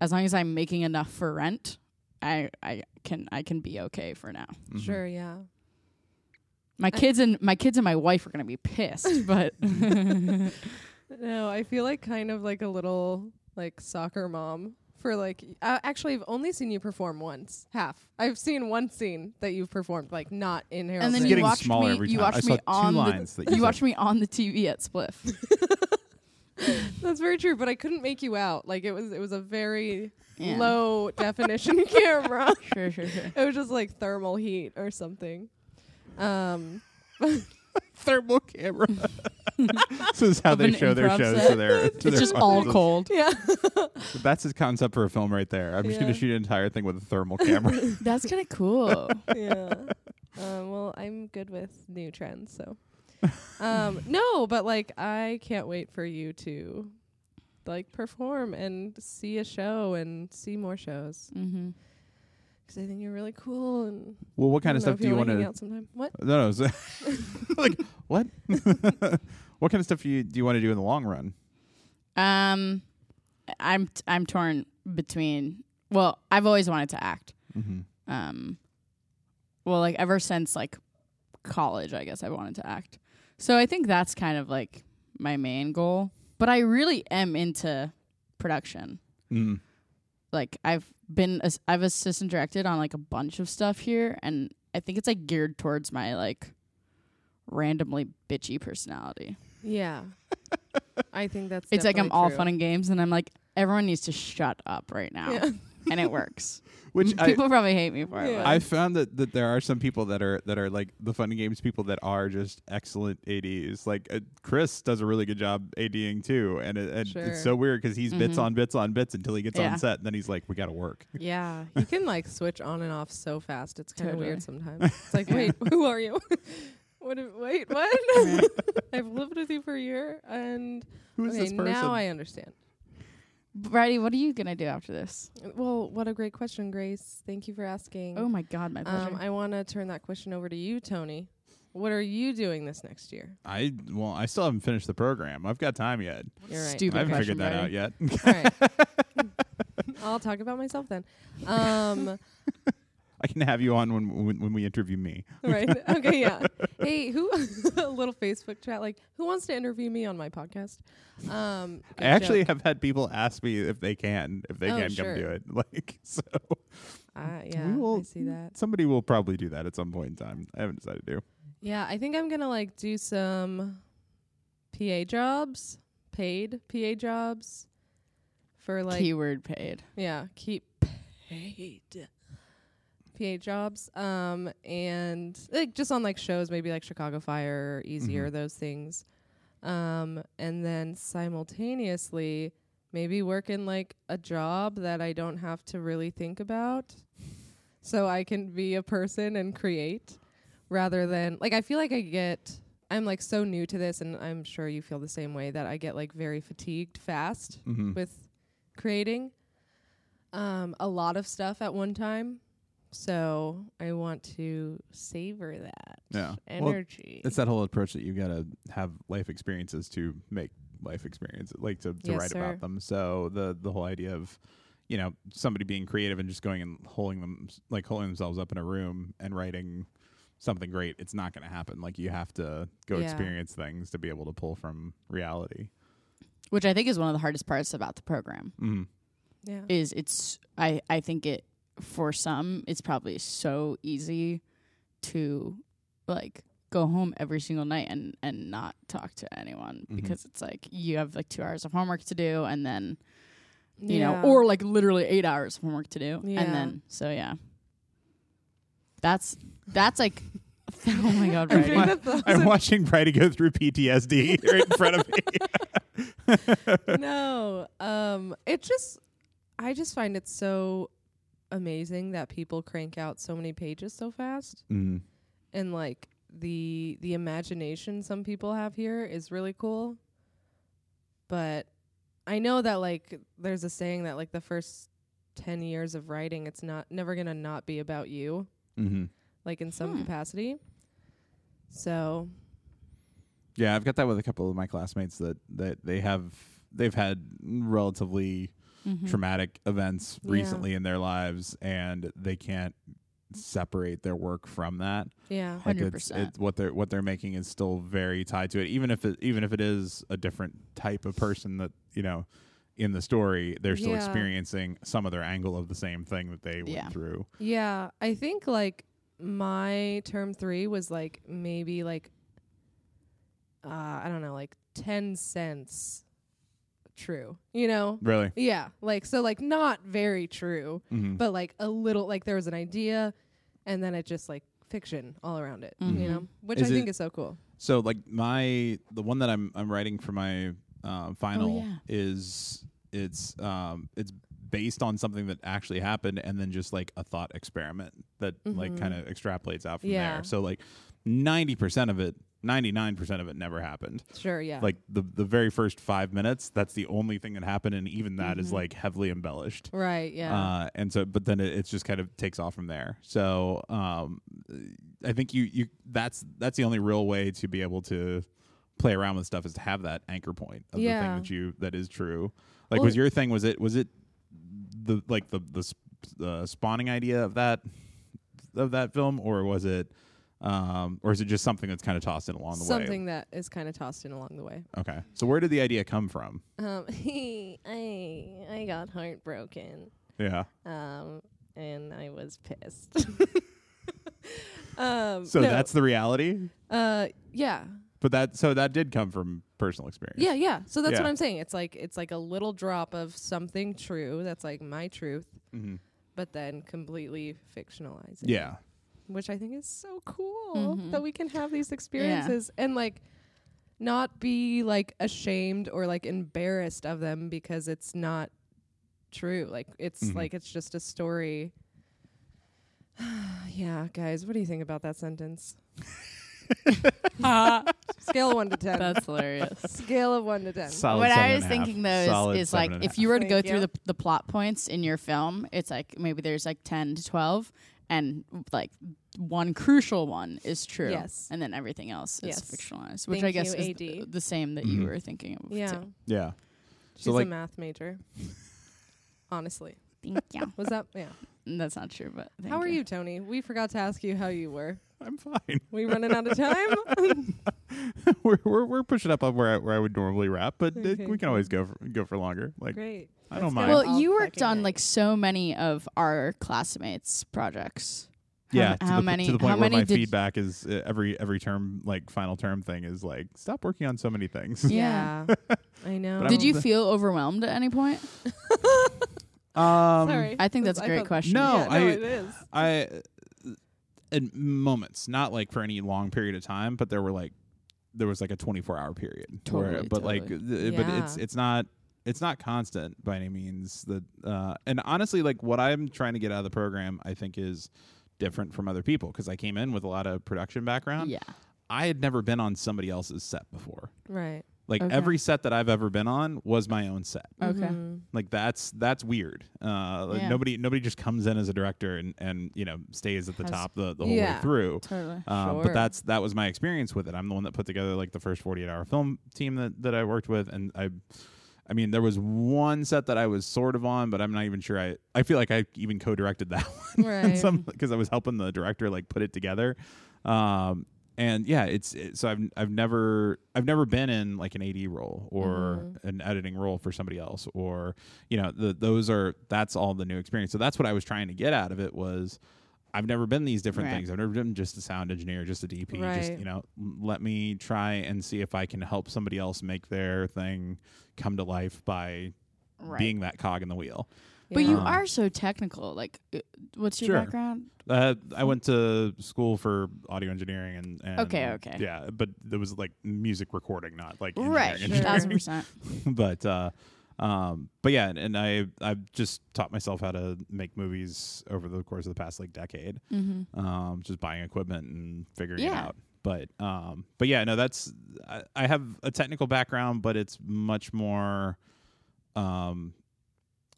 Speaker 4: as long as I'm making enough for rent, I I can I can be okay for now.
Speaker 5: Mm-hmm.
Speaker 2: Sure. Yeah.
Speaker 4: My kids and my kids and my wife are going to be (laughs) pissed, but
Speaker 2: No, I feel like kind of like a little like soccer mom for like uh, actually I've only seen you perform once, half. I've seen one scene that you've performed like not in Harold.
Speaker 4: and then
Speaker 5: It's
Speaker 4: you
Speaker 5: getting
Speaker 4: watched
Speaker 5: smaller
Speaker 4: me.
Speaker 5: every
Speaker 4: you
Speaker 5: time. I
Speaker 4: watched
Speaker 5: saw
Speaker 4: me
Speaker 5: two
Speaker 4: on
Speaker 5: lines
Speaker 4: the
Speaker 5: that you
Speaker 4: (laughs) you
Speaker 5: said.
Speaker 4: watched me on the TV at (laughs) Spliff.
Speaker 2: That's very true, but I couldn't make you out. Like it was it was a very
Speaker 4: Yeah.
Speaker 2: low definition (laughs) camera.
Speaker 4: sure, sure,
Speaker 5: (laughs)
Speaker 4: sure.
Speaker 2: It was just like thermal heat or something. Um
Speaker 5: Thermal
Speaker 4: (laughs)
Speaker 5: camera. (laughs) this is how
Speaker 4: Of
Speaker 5: they
Speaker 4: an
Speaker 5: show their
Speaker 4: improv
Speaker 5: shows
Speaker 4: set.
Speaker 5: to their. To
Speaker 4: It's
Speaker 5: their
Speaker 4: just all
Speaker 5: audiences. (laughs)
Speaker 4: cold.
Speaker 2: yeah.
Speaker 5: That's his concept for a film right there. I'm just going
Speaker 2: Yeah.
Speaker 5: to shoot an entire thing with a
Speaker 4: (laughs)
Speaker 5: thermal camera.
Speaker 4: That's kind of cool.
Speaker 2: yeah. Um, well, I'm good with new trends, so.
Speaker 5: (laughs)
Speaker 2: Um, no, but like I can't wait for you to like perform and see a show and see more shows
Speaker 4: (laughs) mm-hmm.
Speaker 2: 'cause I think you're really cool and
Speaker 5: well, what
Speaker 2: I
Speaker 5: kind
Speaker 2: don't
Speaker 5: of stuff
Speaker 2: know if
Speaker 5: do you want
Speaker 2: wanna hang
Speaker 5: to?
Speaker 2: out sometime. What?
Speaker 5: No, no. so- (laughs) like
Speaker 4: (laughs)
Speaker 5: what? what kind of stuff do you do you want to do in the long run?
Speaker 4: Um, I'm t- I'm torn between. Well, I've always wanted to act.
Speaker 5: Mm-hmm.
Speaker 4: Um, well, like ever since like college, I guess I wanted to act. So I think that's kind of like my main goal. But I really am into production.
Speaker 5: Mm.
Speaker 4: Like I've been as- I've assistant directed on like a bunch of stuff here, and I think it's like geared towards my like randomly bitchy personality.
Speaker 2: Yeah. I think
Speaker 5: (laughs)
Speaker 2: that's
Speaker 4: It's like I'm all
Speaker 2: definitely
Speaker 4: fun and games, and I'm like, everyone needs to shut up right now,
Speaker 2: Yeah.
Speaker 4: (laughs) and it works.
Speaker 5: (laughs) Which I,
Speaker 4: People probably hate me for it.
Speaker 2: Yeah.
Speaker 4: but- (laughs)
Speaker 5: I found that, that there are some people that are that are like the fun and games people that are just excellent ads. Like uh, Chris does a really good job ading too, and, it, and
Speaker 2: Sure. Mm-hmm.
Speaker 5: it's so weird because he's bits on bits on bits until he gets
Speaker 4: Yeah.
Speaker 5: on set, and then he's like, "We got to work."
Speaker 2: Yeah, you can like switch on and off so fast. It's kind of
Speaker 4: Totally.
Speaker 5: (laughs)
Speaker 2: weird sometimes. It's like, wait, (laughs) who are you? what? If, wait, (laughs) what? I've lived with you for a year, and
Speaker 5: Who is
Speaker 2: okay,
Speaker 5: this person?
Speaker 2: now I understand.
Speaker 4: Brady, what are you gonna do after this?
Speaker 2: Well, what a great question, Grace. Thank you for asking.
Speaker 4: Oh my god, my pleasure.
Speaker 2: um, I want to turn that question over to you, Tony. What are you doing this next year?
Speaker 5: I well, I still haven't finished the program. I've got time yet.
Speaker 2: You're right.
Speaker 4: Stupid
Speaker 5: I haven't
Speaker 4: question,
Speaker 5: figured that out
Speaker 4: Brady.
Speaker 5: yet. (laughs)
Speaker 2: All (laughs) right. I'll talk about myself then. Um,
Speaker 5: I can have you on when when, when we interview me.
Speaker 2: (laughs) right. (laughs) Okay. Yeah. Hey, who? (laughs) a little Facebook chat. Like, who wants to interview me on my podcast? Um,
Speaker 5: I
Speaker 2: good
Speaker 5: actually
Speaker 2: joke.
Speaker 5: have had people ask me if they can if they
Speaker 2: Oh,
Speaker 5: can
Speaker 2: sure.
Speaker 5: come do it. (laughs) Like so,
Speaker 2: Uh, yeah. I
Speaker 5: will-
Speaker 2: see that.
Speaker 5: somebody will probably do that at some point in time. I haven't decided to.
Speaker 2: Yeah, I think I'm gonna like do some PA jobs, paid PA jobs, for like
Speaker 4: Keyword paid.
Speaker 2: yeah, keep paid. PA jobs, um, and like just on like shows, maybe like Chicago Fire, Easier, those things, um, and then simultaneously maybe work in like a job that I don't have to really think about, so I can be a person and create rather than like I feel like I get I'm like so new to this, and I'm sure you feel the same way that I get like very fatigued fast
Speaker 5: Mm-hmm.
Speaker 2: (laughs) with creating um, a lot of stuff at one time. So I want to savor that
Speaker 5: Yeah. Well,
Speaker 2: energy.
Speaker 5: It's that whole approach that you gotta have life experiences to make life experiences, like to, to
Speaker 2: Yes,
Speaker 5: write
Speaker 2: sir.
Speaker 5: about them. So the the whole idea of, you know, somebody being creative and just going and holding them like holding themselves up in a room and writing something great, it's not gonna happen. Like you have to go
Speaker 2: Yeah.
Speaker 5: experience things to be able to pull from reality.
Speaker 4: Which I think is one of the hardest parts about the program.
Speaker 5: Mm.
Speaker 2: yeah.
Speaker 4: Is it's I, I think it for some it's probably so easy to like go home every single night and, and not talk to anyone
Speaker 5: Mhm.
Speaker 4: because it's like you have like two hours of homework to do and then you
Speaker 2: yeah.
Speaker 4: know, or like literally eight hours of homework to do.
Speaker 2: Yeah.
Speaker 4: And then so yeah. That's that's like (laughs) oh
Speaker 2: (laughs)
Speaker 4: my god,
Speaker 2: I'm
Speaker 4: Brady.
Speaker 2: doing
Speaker 5: (laughs)
Speaker 2: the thumbs
Speaker 5: I'm
Speaker 2: up.
Speaker 5: watching Brady go through PTSD (laughs) right in front
Speaker 2: (laughs)
Speaker 5: of me.
Speaker 2: no. Um, it just, I just find it so amazing that people crank out so many pages so fast.
Speaker 5: Mm.
Speaker 2: and like the the imagination some people have here is really cool. but I know that like there's a saying that like the first 10 years of writing it's not never going to not be about you
Speaker 5: Mm-hmm.
Speaker 2: like in some
Speaker 4: Hmm.
Speaker 2: capacity. So,
Speaker 5: Yeah, I've got that with a couple of my classmates that that they have they've had relatively
Speaker 4: Mm-hmm.
Speaker 5: traumatic events
Speaker 2: Mm-hmm. Yeah.
Speaker 5: recently in their lives, and they can't separate their work from that.
Speaker 2: yeah.
Speaker 5: Like it's,
Speaker 4: 100%.
Speaker 5: it's what they're what they're making is still very tied to it, even if it, even if it is a different type of person that you know in the story, they're still
Speaker 2: Yeah.
Speaker 5: experiencing some other angle of the same thing that they went
Speaker 4: Yeah.
Speaker 5: through.
Speaker 2: Yeah, I think like my term three was like maybe like uh, I don't know, like ten cents true. You know?
Speaker 5: Really,
Speaker 2: Yeah, like so, like not very true,
Speaker 5: mm-hmm.
Speaker 2: but like a little. Like there was an idea, and then it just like fiction all around it. You
Speaker 4: Mhm.
Speaker 2: know, which
Speaker 5: Mm-hmm. Is
Speaker 2: I think
Speaker 5: it-
Speaker 2: is so cool.
Speaker 5: So like my the one that I'm I'm writing for my uh, final
Speaker 2: Oh,
Speaker 4: yeah.
Speaker 5: is it's um it's based on something that actually happened and then just like a thought experiment that like
Speaker 2: Mhm.
Speaker 5: kind of extrapolates out from
Speaker 2: Yeah.
Speaker 5: there. So like 90% of it, 99% of it never happened.
Speaker 2: Sure. Yeah.
Speaker 5: Like the the very first 5 minutes, that's the only thing that happened and even that
Speaker 2: Mm-hmm.
Speaker 5: is like heavily embellished.
Speaker 2: right. Yeah.
Speaker 5: Uh, and so, but then it, it's just kind of takes off from there. So, um, I think you you that's that's the only real way to be able to play around with stuff is to have that anchor point of the
Speaker 2: Yeah.
Speaker 5: thing that you that is true. Like,
Speaker 2: Well-
Speaker 5: was your thing? Was it was it the like the the sp- the spawning idea of that of that film, or was it? Um, or is it just something that's kind of tossed in along the way?
Speaker 2: Something that is kind of tossed in along the way.
Speaker 5: Okay. So where did the idea come from?
Speaker 2: Um, (laughs) I I got heartbroken.
Speaker 5: Yeah.
Speaker 2: um, and I was pissed. (laughs) um,
Speaker 5: So
Speaker 2: no,
Speaker 5: that's the reality.
Speaker 2: uh, yeah,
Speaker 5: But that so that did come from personal experience.
Speaker 2: yeah, yeah. So that's what
Speaker 5: Yeah.
Speaker 2: I'm saying. It's like it's like a little drop of something true that's like my truth,
Speaker 5: Mm-hmm.
Speaker 2: but then completely fictionalized.
Speaker 5: Yeah.
Speaker 2: which I think is so cool
Speaker 4: Mhm.
Speaker 2: that we can have these experiences and like not be like ashamed or like embarrassed of them because it's not true. Like it's
Speaker 5: Mhm.
Speaker 2: like it's just a story. (sighs) yeah, guys, what do you think about that sentence? Scale of one to ten.
Speaker 4: (laughs) That's hilarious.
Speaker 2: Scale of one to ten.
Speaker 5: Solid
Speaker 4: what
Speaker 5: (laughs) seven
Speaker 4: I was
Speaker 5: and a half.
Speaker 4: thinking though
Speaker 5: Solid
Speaker 4: is, is
Speaker 5: seven
Speaker 4: like
Speaker 5: and a
Speaker 4: if
Speaker 5: half.
Speaker 4: you were to go
Speaker 2: Thank
Speaker 4: through
Speaker 2: you.
Speaker 4: the, the plot points in your film, it's like maybe there's like 10 to 12 and like one crucial one is true.
Speaker 2: Yes.
Speaker 4: And then everything else is
Speaker 2: Yes.
Speaker 4: fictionalized, which
Speaker 2: Thank
Speaker 4: I guess
Speaker 2: you,
Speaker 4: is
Speaker 2: AD.
Speaker 4: th- the same that
Speaker 5: Mhm.
Speaker 4: you were thinking of.
Speaker 2: yeah,
Speaker 4: Too.
Speaker 5: yeah.
Speaker 2: she's
Speaker 5: So like
Speaker 2: a math major. Honestly,
Speaker 4: Thank
Speaker 2: (laughs)
Speaker 4: you.
Speaker 2: was that yeah?
Speaker 4: That's not true, but thank
Speaker 2: how are you, Tony? We forgot to ask you how you were.
Speaker 5: (laughs) I'm fine. (laughs)
Speaker 2: We running out of time. (laughs)
Speaker 5: we're, we're we're pushing up on where I, where I would normally wrap, but it-
Speaker 2: Okay,
Speaker 5: we can always go for, go for longer. Like
Speaker 2: Great.
Speaker 5: I don't
Speaker 2: Let's
Speaker 5: mind.
Speaker 2: go.
Speaker 4: Well,
Speaker 2: all
Speaker 4: you worked
Speaker 2: fucking
Speaker 4: on
Speaker 2: night.
Speaker 4: like so many of our classmates' projects. How
Speaker 5: yeah,
Speaker 4: m-
Speaker 5: to
Speaker 4: how
Speaker 5: the,
Speaker 4: many-
Speaker 5: to the point
Speaker 4: how
Speaker 5: where
Speaker 4: many
Speaker 5: my
Speaker 4: did-
Speaker 5: feedback is uh, every every term like final term thing is like stop working on so many things.
Speaker 4: Yeah.
Speaker 2: I know.
Speaker 5: But
Speaker 4: Did
Speaker 5: I'm- (laughs)
Speaker 4: you feel overwhelmed at any point?
Speaker 5: Um,
Speaker 2: Sorry.
Speaker 4: I think that's a
Speaker 2: I
Speaker 4: great
Speaker 2: thought-
Speaker 4: question.
Speaker 5: No,
Speaker 2: yeah,
Speaker 5: I-
Speaker 2: no, it is.
Speaker 5: I in moments, not like for any long period of time, but there were like there was like a 24 hour period. where,
Speaker 4: Totally,
Speaker 5: but like,
Speaker 4: totally.
Speaker 5: th- but it's
Speaker 2: Yeah.
Speaker 5: it's not it's not constant by any means. That uh, and honestly, like what I'm trying to get out of the program, I think is different from other people because I came in with a lot of production background.
Speaker 4: Yeah.
Speaker 5: I had never been on somebody else's set before.
Speaker 2: Right.
Speaker 5: Like
Speaker 4: Okay.
Speaker 5: every set that I've ever been on was my own set
Speaker 4: Okay.
Speaker 2: Mhm.
Speaker 5: like that's that's weird uh like
Speaker 4: Yeah.
Speaker 5: nobody nobody just comes in as a director and and you know stays at the
Speaker 4: Has-
Speaker 5: top the, the whole
Speaker 2: Yeah.
Speaker 5: way through
Speaker 4: Totally.
Speaker 5: um,
Speaker 2: Sure.
Speaker 5: but that's that was my experience with it i'm the one that put together like the first 48 hour film team that that i worked with and i i mean there was one set that i was sort of on but i'm not even sure i i feel like i even co-directed (laughs) that one
Speaker 2: Right.
Speaker 5: because i was helping the director like put it together um and yeah, it's it, so I've I've never I've never been in like an AD role or
Speaker 2: Mm-hmm.
Speaker 5: an editing role for somebody else or you know the, those are that's all the new experience. So that's what I was trying to get out of it was I've never been these different
Speaker 4: Right.
Speaker 5: things. I've never been just a sound engineer, just a DP. Just
Speaker 2: Right.
Speaker 5: you know, m- let me try and see if I can help somebody else make their thing come to life by
Speaker 4: Right.
Speaker 5: being that cog in the wheel.
Speaker 4: But you
Speaker 5: Yeah.
Speaker 4: are so technical. Like, uh, what's your
Speaker 5: Sure.
Speaker 4: background?
Speaker 5: Uh, I went to school for audio engineering and, and
Speaker 4: Okay, okay.
Speaker 5: yeah, but there was like music recording, not like (laughs)
Speaker 4: Right,
Speaker 5: engineering,
Speaker 4: thousand
Speaker 5: engineering. (laughs)
Speaker 4: percent.
Speaker 5: but uh, um, but yeah, and, and I I've just taught myself how to make movies over the course of the past like decade,
Speaker 4: Mm-hmm.
Speaker 5: um, just buying equipment and figuring it
Speaker 4: Yeah.
Speaker 5: out. but um but yeah no that's I, I have a technical background but it's much more um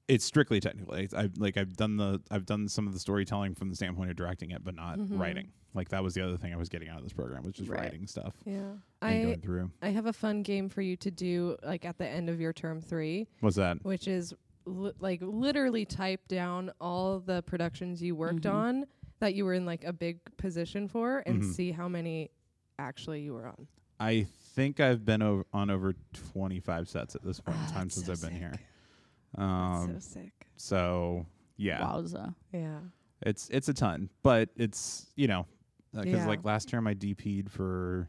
Speaker 5: it's strictly technical it's, i've like i've done the i've done some of the storytelling from the standpoint of directing it but not
Speaker 2: Mm-hmm.
Speaker 5: writing like that was the other thing i was getting out of this program was just
Speaker 4: Right.
Speaker 5: writing stuff
Speaker 2: Yeah.
Speaker 5: and
Speaker 2: I
Speaker 5: going through
Speaker 2: I have a fun game for you to do like at the end of your term 3,
Speaker 5: what's that
Speaker 2: which is li- like literally type down all the productions you worked
Speaker 4: Mm-hmm.
Speaker 2: on that you were in like a big position for and
Speaker 5: Mm-hmm.
Speaker 2: see how many actually you were on.
Speaker 5: i think i've been over, on over 25 sets at this point in
Speaker 2: Oh,
Speaker 5: time
Speaker 2: that's
Speaker 5: since
Speaker 2: so
Speaker 5: i've been
Speaker 2: sick.
Speaker 5: here
Speaker 2: Ah, That's
Speaker 5: um uh,
Speaker 2: so sick.
Speaker 5: so yeah
Speaker 4: Wowza.
Speaker 2: Yeah.
Speaker 5: It's it's a ton, but it's you know because
Speaker 2: Yeah.
Speaker 5: like last term I DP'd for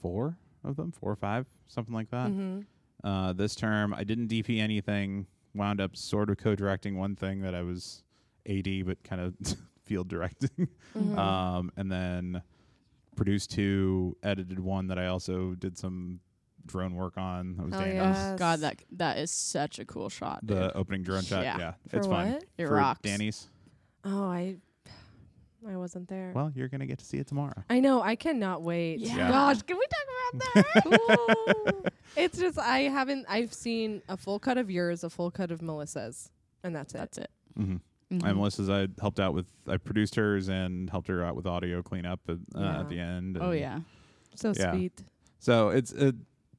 Speaker 5: four of them, four or five, something like that.
Speaker 2: Mm-hmm.
Speaker 5: Uh, this term I didn't DP anything. Wound up sort of co-directing one thing that I was AD, but kind of (laughs) field directing.
Speaker 2: Mm-hmm.
Speaker 5: Um, and then produced two, edited one that I also did some drone work on. That was
Speaker 2: Hell
Speaker 5: Dana's.
Speaker 2: yeah. Oh, Yes.
Speaker 4: God, that that is such a cool shot. Dude.
Speaker 5: The opening drone shot, yeah,
Speaker 4: Yeah.
Speaker 2: For
Speaker 5: it's fun.
Speaker 2: what?
Speaker 4: It
Speaker 5: For
Speaker 4: rocks.
Speaker 5: Danny's.
Speaker 2: Oh, I I wasn't there.
Speaker 5: Well, you're gonna get to see it tomorrow.
Speaker 2: I know. I cannot wait.
Speaker 4: Yeah.
Speaker 2: Gosh, can we talk about that?
Speaker 5: (laughs)
Speaker 2: (laughs) Ooh. it's just I haven't. I've seen a full cut of yours, a full cut of Melissa's, and that's it.
Speaker 4: That's it.
Speaker 5: Mm-hmm. And Melissa's, I helped out with, I produced hers and helped her out with audio cleanup at, uh,
Speaker 2: Yeah.
Speaker 5: at the end.
Speaker 4: Oh
Speaker 5: and- (laughs)
Speaker 4: yeah.
Speaker 2: So
Speaker 5: Yeah.
Speaker 2: sweet.
Speaker 5: So it's it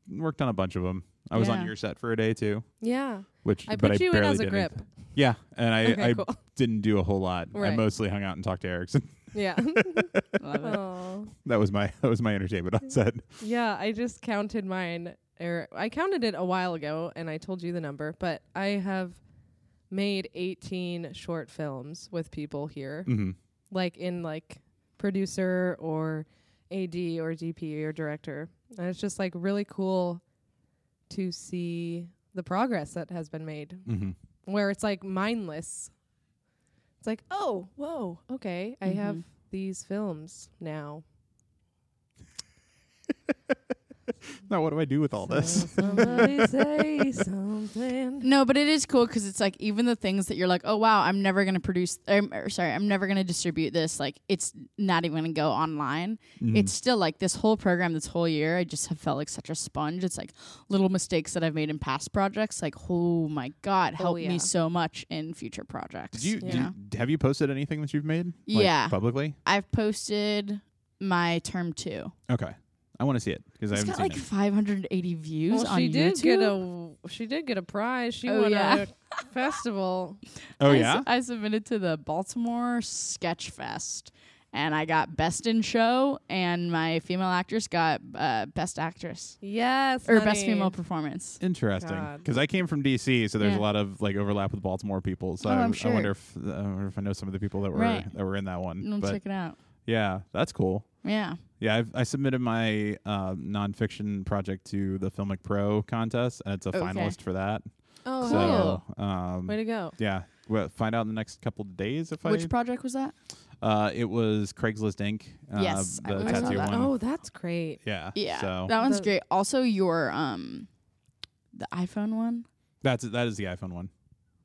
Speaker 5: worked on a bunch of them. I was on
Speaker 4: Yeah.
Speaker 5: your set for a day too,
Speaker 2: Yeah.
Speaker 5: which
Speaker 2: I
Speaker 5: but
Speaker 2: put you in
Speaker 5: barely
Speaker 2: as a
Speaker 5: did
Speaker 2: grip.
Speaker 5: anything. Yeah, and I,
Speaker 2: Okay,
Speaker 5: I (laughs)
Speaker 2: cool.
Speaker 5: didn't do a whole lot. I
Speaker 2: Right.
Speaker 5: mostly hung out and talked to (laughs) Erickson.
Speaker 2: Yeah.
Speaker 4: Love it.
Speaker 2: (laughs) Aw.
Speaker 5: that was my that was my entertainment on
Speaker 2: (laughs)
Speaker 5: set.
Speaker 2: Yeah. I just counted mine. Or I counted it a while ago, and I told you the number, but I have made 18 short films with people here,
Speaker 5: Mhm.
Speaker 2: like in like producer or AD or DP or director, and it's just like really cool to see the progress that has been made
Speaker 5: Mhm.
Speaker 2: where it's like mindless. It's like, oh, whoa, okay, I
Speaker 4: Mm-hmm.
Speaker 2: have these films now.
Speaker 5: Now what do I do with all this?
Speaker 2: So somebody
Speaker 5: (laughs)
Speaker 2: say something.
Speaker 4: No, but it is cool because it's like even the things that you're like, oh wow, I'm never gonna produce. I'm or sorry, I'm never gonna distribute this. Like it's not even gonna go online.
Speaker 5: Mm-hmm. Mm.
Speaker 4: It's still like this whole program, this whole year. I just have felt like such a sponge. It's like little mistakes that I've made in past projects. Like oh my god, helped
Speaker 2: yeah.
Speaker 4: me so much in future projects.
Speaker 5: Did you,
Speaker 4: you
Speaker 5: did
Speaker 4: know?
Speaker 5: you- have you posted anything that you've made? Like,
Speaker 4: Yeah.
Speaker 5: publicly.
Speaker 4: I've posted my term two.
Speaker 5: Okay, I want to see it because I
Speaker 4: It's
Speaker 5: haven't
Speaker 4: got
Speaker 5: seen
Speaker 4: like
Speaker 5: it.
Speaker 4: 580 views
Speaker 2: Well,
Speaker 4: on
Speaker 2: she did
Speaker 4: YouTube.
Speaker 2: get a she did get a prize. She
Speaker 4: Oh,
Speaker 2: won
Speaker 4: yeah.
Speaker 2: a
Speaker 4: (laughs)
Speaker 2: festival.
Speaker 5: Oh
Speaker 4: I su-
Speaker 5: yeah,
Speaker 4: I submitted to the Baltimore Sketch Fest, and I got best in show, and my female actress got uh, best actress
Speaker 2: Yes,
Speaker 4: or best
Speaker 2: honey.
Speaker 4: female performance.
Speaker 5: Interesting,
Speaker 2: God.
Speaker 5: because I came from DC, so there's
Speaker 4: Yeah.
Speaker 5: a lot of like overlap with Baltimore people. So
Speaker 4: Oh,
Speaker 5: I,
Speaker 4: I'm
Speaker 5: I
Speaker 4: sure.
Speaker 5: wonder if uh, I wonder if I know some of the people that were
Speaker 4: Right.
Speaker 5: that were in that one.
Speaker 4: Let's
Speaker 5: but
Speaker 4: check it out.
Speaker 5: yeah, that's cool.
Speaker 4: Yeah.
Speaker 5: Yeah, I've, I submitted my uh, nonfiction project to the Filmic Pro contest, and it's a
Speaker 4: Okay.
Speaker 5: finalist for that.
Speaker 2: Oh,
Speaker 4: So-
Speaker 2: hell
Speaker 5: So um,
Speaker 2: yeah. way to go!
Speaker 5: yeah, well, find out in the next couple of days if I.
Speaker 4: Which project was that?
Speaker 5: uh, it was Craigslist Inc. Uh,
Speaker 4: Yes, I
Speaker 5: the
Speaker 4: believe
Speaker 5: tattoo
Speaker 4: that.
Speaker 5: one.
Speaker 2: Oh, that's great.
Speaker 5: Yeah,
Speaker 4: Yeah.
Speaker 5: So
Speaker 4: that one's
Speaker 2: The-
Speaker 4: great. Also, your um, the iPhone one.
Speaker 5: that's that is the iPhone one.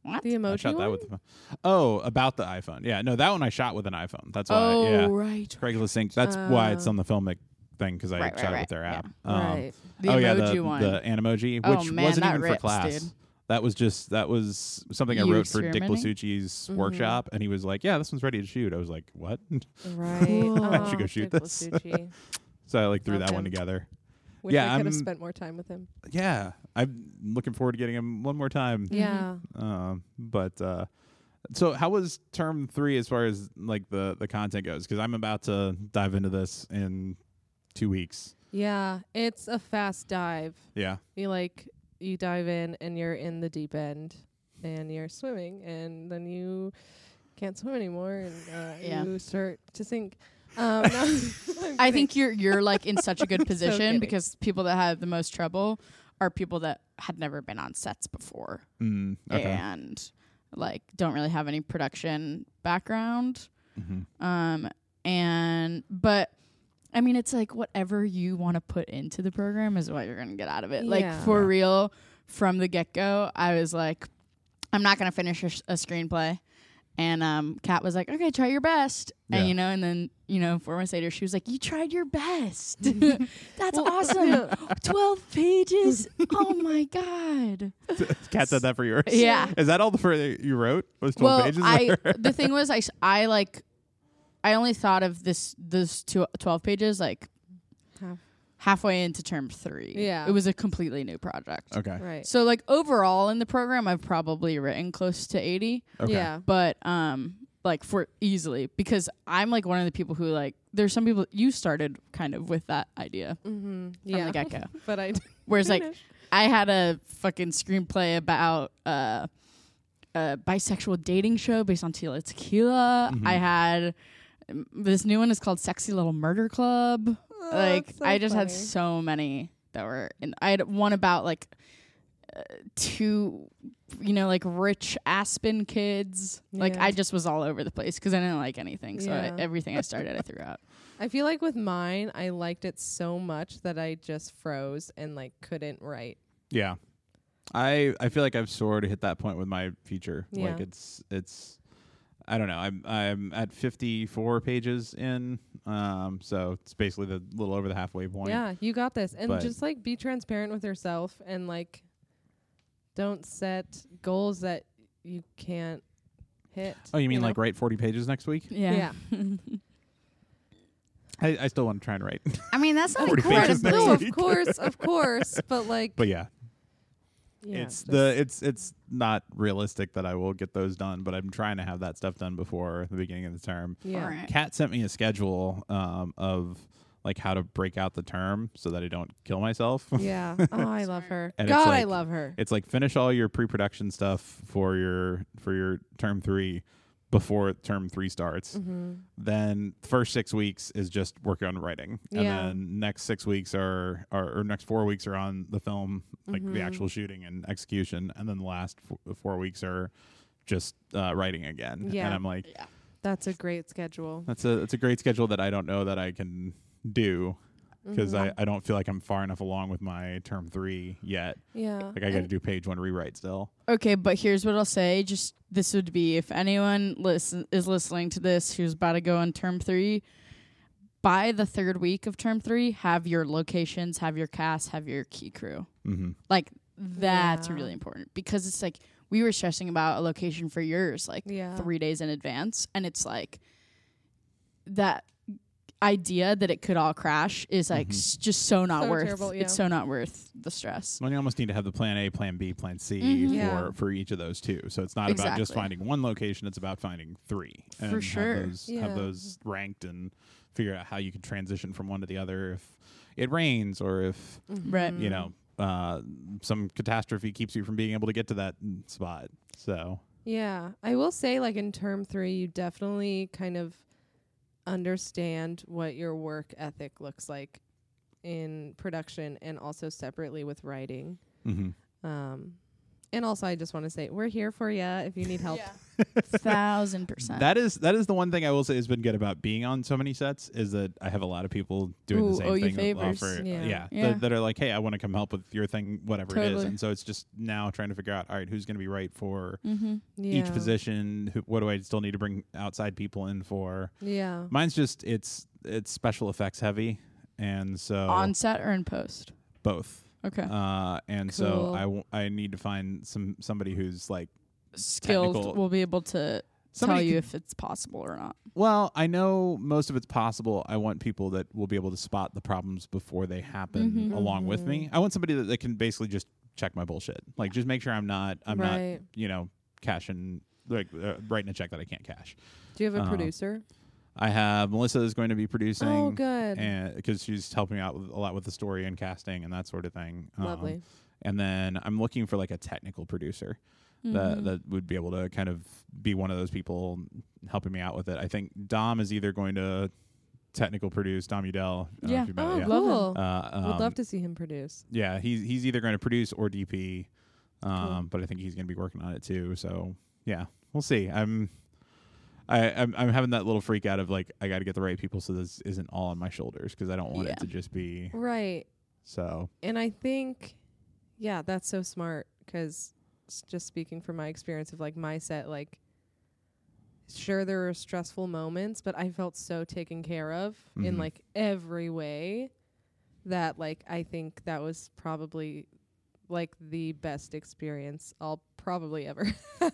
Speaker 4: What?
Speaker 2: The
Speaker 5: I
Speaker 2: emoji
Speaker 5: shot that
Speaker 2: one?
Speaker 5: with. The, phone. oh, about the iPhone. Yeah, no, that one I shot with an iPhone. That's why.
Speaker 4: oh
Speaker 5: yeah.
Speaker 4: right.
Speaker 5: Craigslist Inc. That's why it's
Speaker 2: Oh.
Speaker 5: on the filmic thing because I
Speaker 4: Right, right,
Speaker 5: shot it with
Speaker 4: right,
Speaker 5: their
Speaker 4: yeah.
Speaker 5: app.
Speaker 2: right.
Speaker 4: The
Speaker 5: oh
Speaker 4: emoji
Speaker 5: yeah, the,
Speaker 4: one.
Speaker 5: the Animoji,
Speaker 4: Oh,
Speaker 5: which
Speaker 4: man,
Speaker 5: wasn't
Speaker 4: that
Speaker 5: even for
Speaker 4: rips,
Speaker 5: class.
Speaker 4: dude.
Speaker 5: That was just that was something I
Speaker 4: You
Speaker 5: wrote for Dick
Speaker 4: experimenting? Mm-hmm.
Speaker 5: Blasucci's workshop, and he was like, "Yeah, this one's ready to shoot." I was like, "What?" (laughs)
Speaker 2: Right.
Speaker 4: Cool.
Speaker 5: I should go
Speaker 2: Oh,
Speaker 5: shoot
Speaker 2: Dick
Speaker 5: this. (laughs)
Speaker 2: Blasucci.
Speaker 5: So I like threw
Speaker 2: Love
Speaker 5: that one
Speaker 2: him.
Speaker 5: together.
Speaker 2: Wish
Speaker 5: Yeah,
Speaker 2: I could
Speaker 5: I'm-
Speaker 2: have spent more time with him.
Speaker 5: Yeah, I'm looking forward to getting him one more time.
Speaker 2: Yeah.
Speaker 5: Um, but uh, so how was term three as far as like the the content goes? Because I'm about to dive into this in two weeks.
Speaker 2: Yeah, it's a fast dive.
Speaker 5: Yeah.
Speaker 2: You like you dive in and you're in the deep end and you're swimming and then you can't swim anymore and
Speaker 5: (laughs)
Speaker 2: uh,
Speaker 4: Yeah.
Speaker 2: you start to sink. Um, (laughs) no, I'm
Speaker 4: I
Speaker 2: kidding.
Speaker 4: think you're you're like in such
Speaker 2: (laughs)
Speaker 4: a good position
Speaker 2: kidding.
Speaker 4: because people that have the most trouble are people that had never been on sets before.
Speaker 5: Mm, okay.
Speaker 4: and like don't really have any production background.
Speaker 5: Mhm. (laughs)
Speaker 4: Um, and but I mean, it's like whatever you want to put into the program is what you're gonna get out of it. Like
Speaker 2: Yeah.
Speaker 4: for real, from the get go, I was like, I'm not gonna finish a, sh- a screenplay. And um, Kat was like, "Okay, try your best,"
Speaker 5: Yeah.
Speaker 4: and you know, and then you know, four months later, she was like, "You tried your best. That's awesome. Twelve pages. oh my god."
Speaker 5: Cat said that for
Speaker 4: (laughs)
Speaker 5: yours.
Speaker 4: Yeah.
Speaker 5: Is that all the for you wrote? Was twelve
Speaker 4: Well,
Speaker 5: pages?
Speaker 4: I (laughs) the thing was, I s- I, like, I only thought of this this two, twelve pages like
Speaker 2: Half.
Speaker 4: halfway into term three.
Speaker 2: Yeah.
Speaker 4: it was a completely new project.
Speaker 5: (laughs) okay.
Speaker 2: (laughs) Right.
Speaker 4: So like overall in the program, I've probably written close to eighty.
Speaker 5: Okay.
Speaker 2: Yeah.
Speaker 4: but um like for easily because i'm like one of the people who like there's some people you started kind of with that idea
Speaker 2: Mm-hmm.
Speaker 4: yeah.
Speaker 2: Yeah.
Speaker 4: from the get-go
Speaker 2: but I Oh, (laughs)
Speaker 4: whereas like
Speaker 2: Finished.
Speaker 4: i had a fucking screenplay about uh a bisexual dating show based on Tila Tequila. I had um, this new one is called Sexy Little Murder Club.
Speaker 2: Oh,
Speaker 4: like
Speaker 2: that's so
Speaker 4: I just had
Speaker 2: funny.
Speaker 4: so many that were, and I had one about like uh, two, you know, like rich Aspen kids. Like
Speaker 2: Yeah.
Speaker 4: I just was all over the place because I didn't like anything, so I,
Speaker 2: Yeah.
Speaker 4: everything I started, I threw out.
Speaker 2: I feel like with mine, I liked it so much that I just froze and like couldn't write.
Speaker 5: Yeah. I I feel like I've sort of hit that point with my feature. Like
Speaker 2: Yeah.
Speaker 5: it's it's I don't know. I'm I'm at 54 pages in. Um so it's basically the little over the halfway point.
Speaker 2: Yeah, you got this. And
Speaker 5: But-
Speaker 2: just like be transparent with yourself and like don't set goals that you can't hit.
Speaker 5: Oh, you mean
Speaker 2: know?
Speaker 5: like write 40 pages next week?
Speaker 2: (laughs) Yeah.
Speaker 5: I, I still want to try and write.
Speaker 4: (laughs)
Speaker 5: (laughs)
Speaker 4: I mean that's not
Speaker 5: 40
Speaker 2: Of
Speaker 5: pages
Speaker 2: course,
Speaker 5: next
Speaker 2: no, of
Speaker 5: week. (laughs)
Speaker 2: course, of course, but like
Speaker 5: but yeah,
Speaker 2: yeah,
Speaker 5: it's
Speaker 2: just-
Speaker 5: the it's it's not realistic that I will get those done, but I'm trying to have that stuff done before the beginning of the term.
Speaker 2: yeah.
Speaker 4: Eh.
Speaker 5: Kat sent me a schedule um, of like how to break out the term so that I don't kill myself. (laughs)
Speaker 2: Yeah. Oh, I love her.
Speaker 5: And it's
Speaker 2: God, I
Speaker 5: like-
Speaker 2: love her.
Speaker 5: it's like finish all your pre-production stuff for your for your term three before term three starts
Speaker 2: Mm-hmm.
Speaker 5: then first six weeks is just working on writing and
Speaker 2: Yeah.
Speaker 5: then next six weeks are, are or next four weeks are on the film like
Speaker 2: Mm-hmm.
Speaker 5: the actual shooting and execution and then the last f- four weeks are just uh, writing again
Speaker 2: Yeah.
Speaker 5: and i'm like
Speaker 2: That's a great schedule.
Speaker 5: that's a that's a great schedule that i don't know that i can do because
Speaker 2: Mm-hmm.
Speaker 5: I, I don't feel like i'm far enough along with my term three yet
Speaker 2: Yeah.
Speaker 5: like i gotta do page one rewrite still
Speaker 4: Okay, but here's what I'll say. Just this would be if anyone listen is listening to this who's about to go on term three, by the third week of term three, have your locations, have your cast, have your key crew.
Speaker 5: mm-hmm.
Speaker 4: Like that's
Speaker 2: Yeah.
Speaker 4: really important because it's like we were stressing about a location for yours like
Speaker 2: Yeah.
Speaker 4: three days in advance, and it's like that idea that it could all crash is like s- just so not
Speaker 2: So
Speaker 4: worth.
Speaker 2: terrible, yeah.
Speaker 4: It's so not worth the stress.
Speaker 2: (laughs)
Speaker 5: Well, you almost need to have the plan A, plan B, plan C for
Speaker 2: Yeah.
Speaker 5: for each of those two. So it's not about just
Speaker 4: Exactly.
Speaker 5: finding one location; it's about finding three. And have
Speaker 4: sure.
Speaker 5: those,
Speaker 2: Yeah.
Speaker 5: have those ranked and figure out how you can transition from one to the other if it rains or if
Speaker 2: mm-hmm.
Speaker 4: Right.
Speaker 2: Mm.
Speaker 5: you know uh, some catastrophe keeps you from being able to get to that mm, spot. So
Speaker 2: Yeah. I will say, like, in term three, you definitely kind of understand what your work ethic looks like in production and also separately with writing.
Speaker 5: mhm.
Speaker 2: Um, and also, I just want to say, we're here for you if you need help.
Speaker 4: Thousand percent.
Speaker 5: that is that is the one thing I will say has been good about being on so many sets is that I have a lot of people doing
Speaker 4: Ooh,
Speaker 5: the same
Speaker 4: owe you
Speaker 5: thing that
Speaker 4: favors.
Speaker 5: offer
Speaker 2: Yeah.
Speaker 5: yeah,
Speaker 4: Yeah.
Speaker 5: That, that are like hey I want to come help with your thing whatever it is
Speaker 4: Totally.
Speaker 5: and so it's just now trying to figure out all right who's going to be right for
Speaker 4: mm-hmm.
Speaker 2: yeah.
Speaker 5: each position who, what do I still need to bring outside people in for
Speaker 2: Yeah.
Speaker 5: mine's just it's it's special effects heavy and so
Speaker 4: on set or in post?
Speaker 5: both
Speaker 4: Okay.
Speaker 5: Oh. uh, and
Speaker 2: Cool.
Speaker 5: so I w- I need to find some somebody who's like
Speaker 4: Skilled
Speaker 5: technical-
Speaker 4: will be able to
Speaker 5: Somebody
Speaker 4: tell you
Speaker 5: could-
Speaker 4: if it's possible or not.
Speaker 5: Well, I know most of it's possible. I want people that will be able to spot the problems before they happen
Speaker 2: Mm-hmm.
Speaker 5: along with me. I want somebody that, that can basically just check my bullshit. Like just make sure I'm not I'm
Speaker 2: Right.
Speaker 5: not, you know, cashing like uh, writing a check that I can't cash.
Speaker 2: Do you have a
Speaker 5: Uh,
Speaker 2: producer?
Speaker 5: I have Melissa is going to be producing
Speaker 2: Oh, good.
Speaker 5: and because she's helping out with, a lot with the story and casting and that sort of thing. Um,
Speaker 2: Lovely.
Speaker 5: and then I'm looking for like a technical producer
Speaker 2: Mm-hmm.
Speaker 5: that that would be able to kind of be one of those people helping me out with it. I think Dom is either going to technical produce Dom Udell. I don't know
Speaker 4: Yeah.
Speaker 5: if you met
Speaker 2: Oh,
Speaker 5: him.
Speaker 4: Love him.
Speaker 2: cool.
Speaker 5: Uh, um,
Speaker 2: Would love to see him produce.
Speaker 5: Yeah, he's he's either going to produce or DP, um,
Speaker 2: Cool.
Speaker 5: but I think he's going to be working on it too. So yeah, we'll see. I'm. I, I'm, I'm having that little freak out of like I got to get the right people so this isn't all on my shoulders because I don't want
Speaker 4: Yeah.
Speaker 5: it to just be
Speaker 2: Right.
Speaker 5: so
Speaker 2: And I think, yeah, that's so smart 'cause s just speaking from my experience of like my set, like sure there were stressful moments, but I felt so taken care of in
Speaker 5: Mhm.
Speaker 2: like every way that like I think that was probably like the best experience I'll probably ever (laughs) have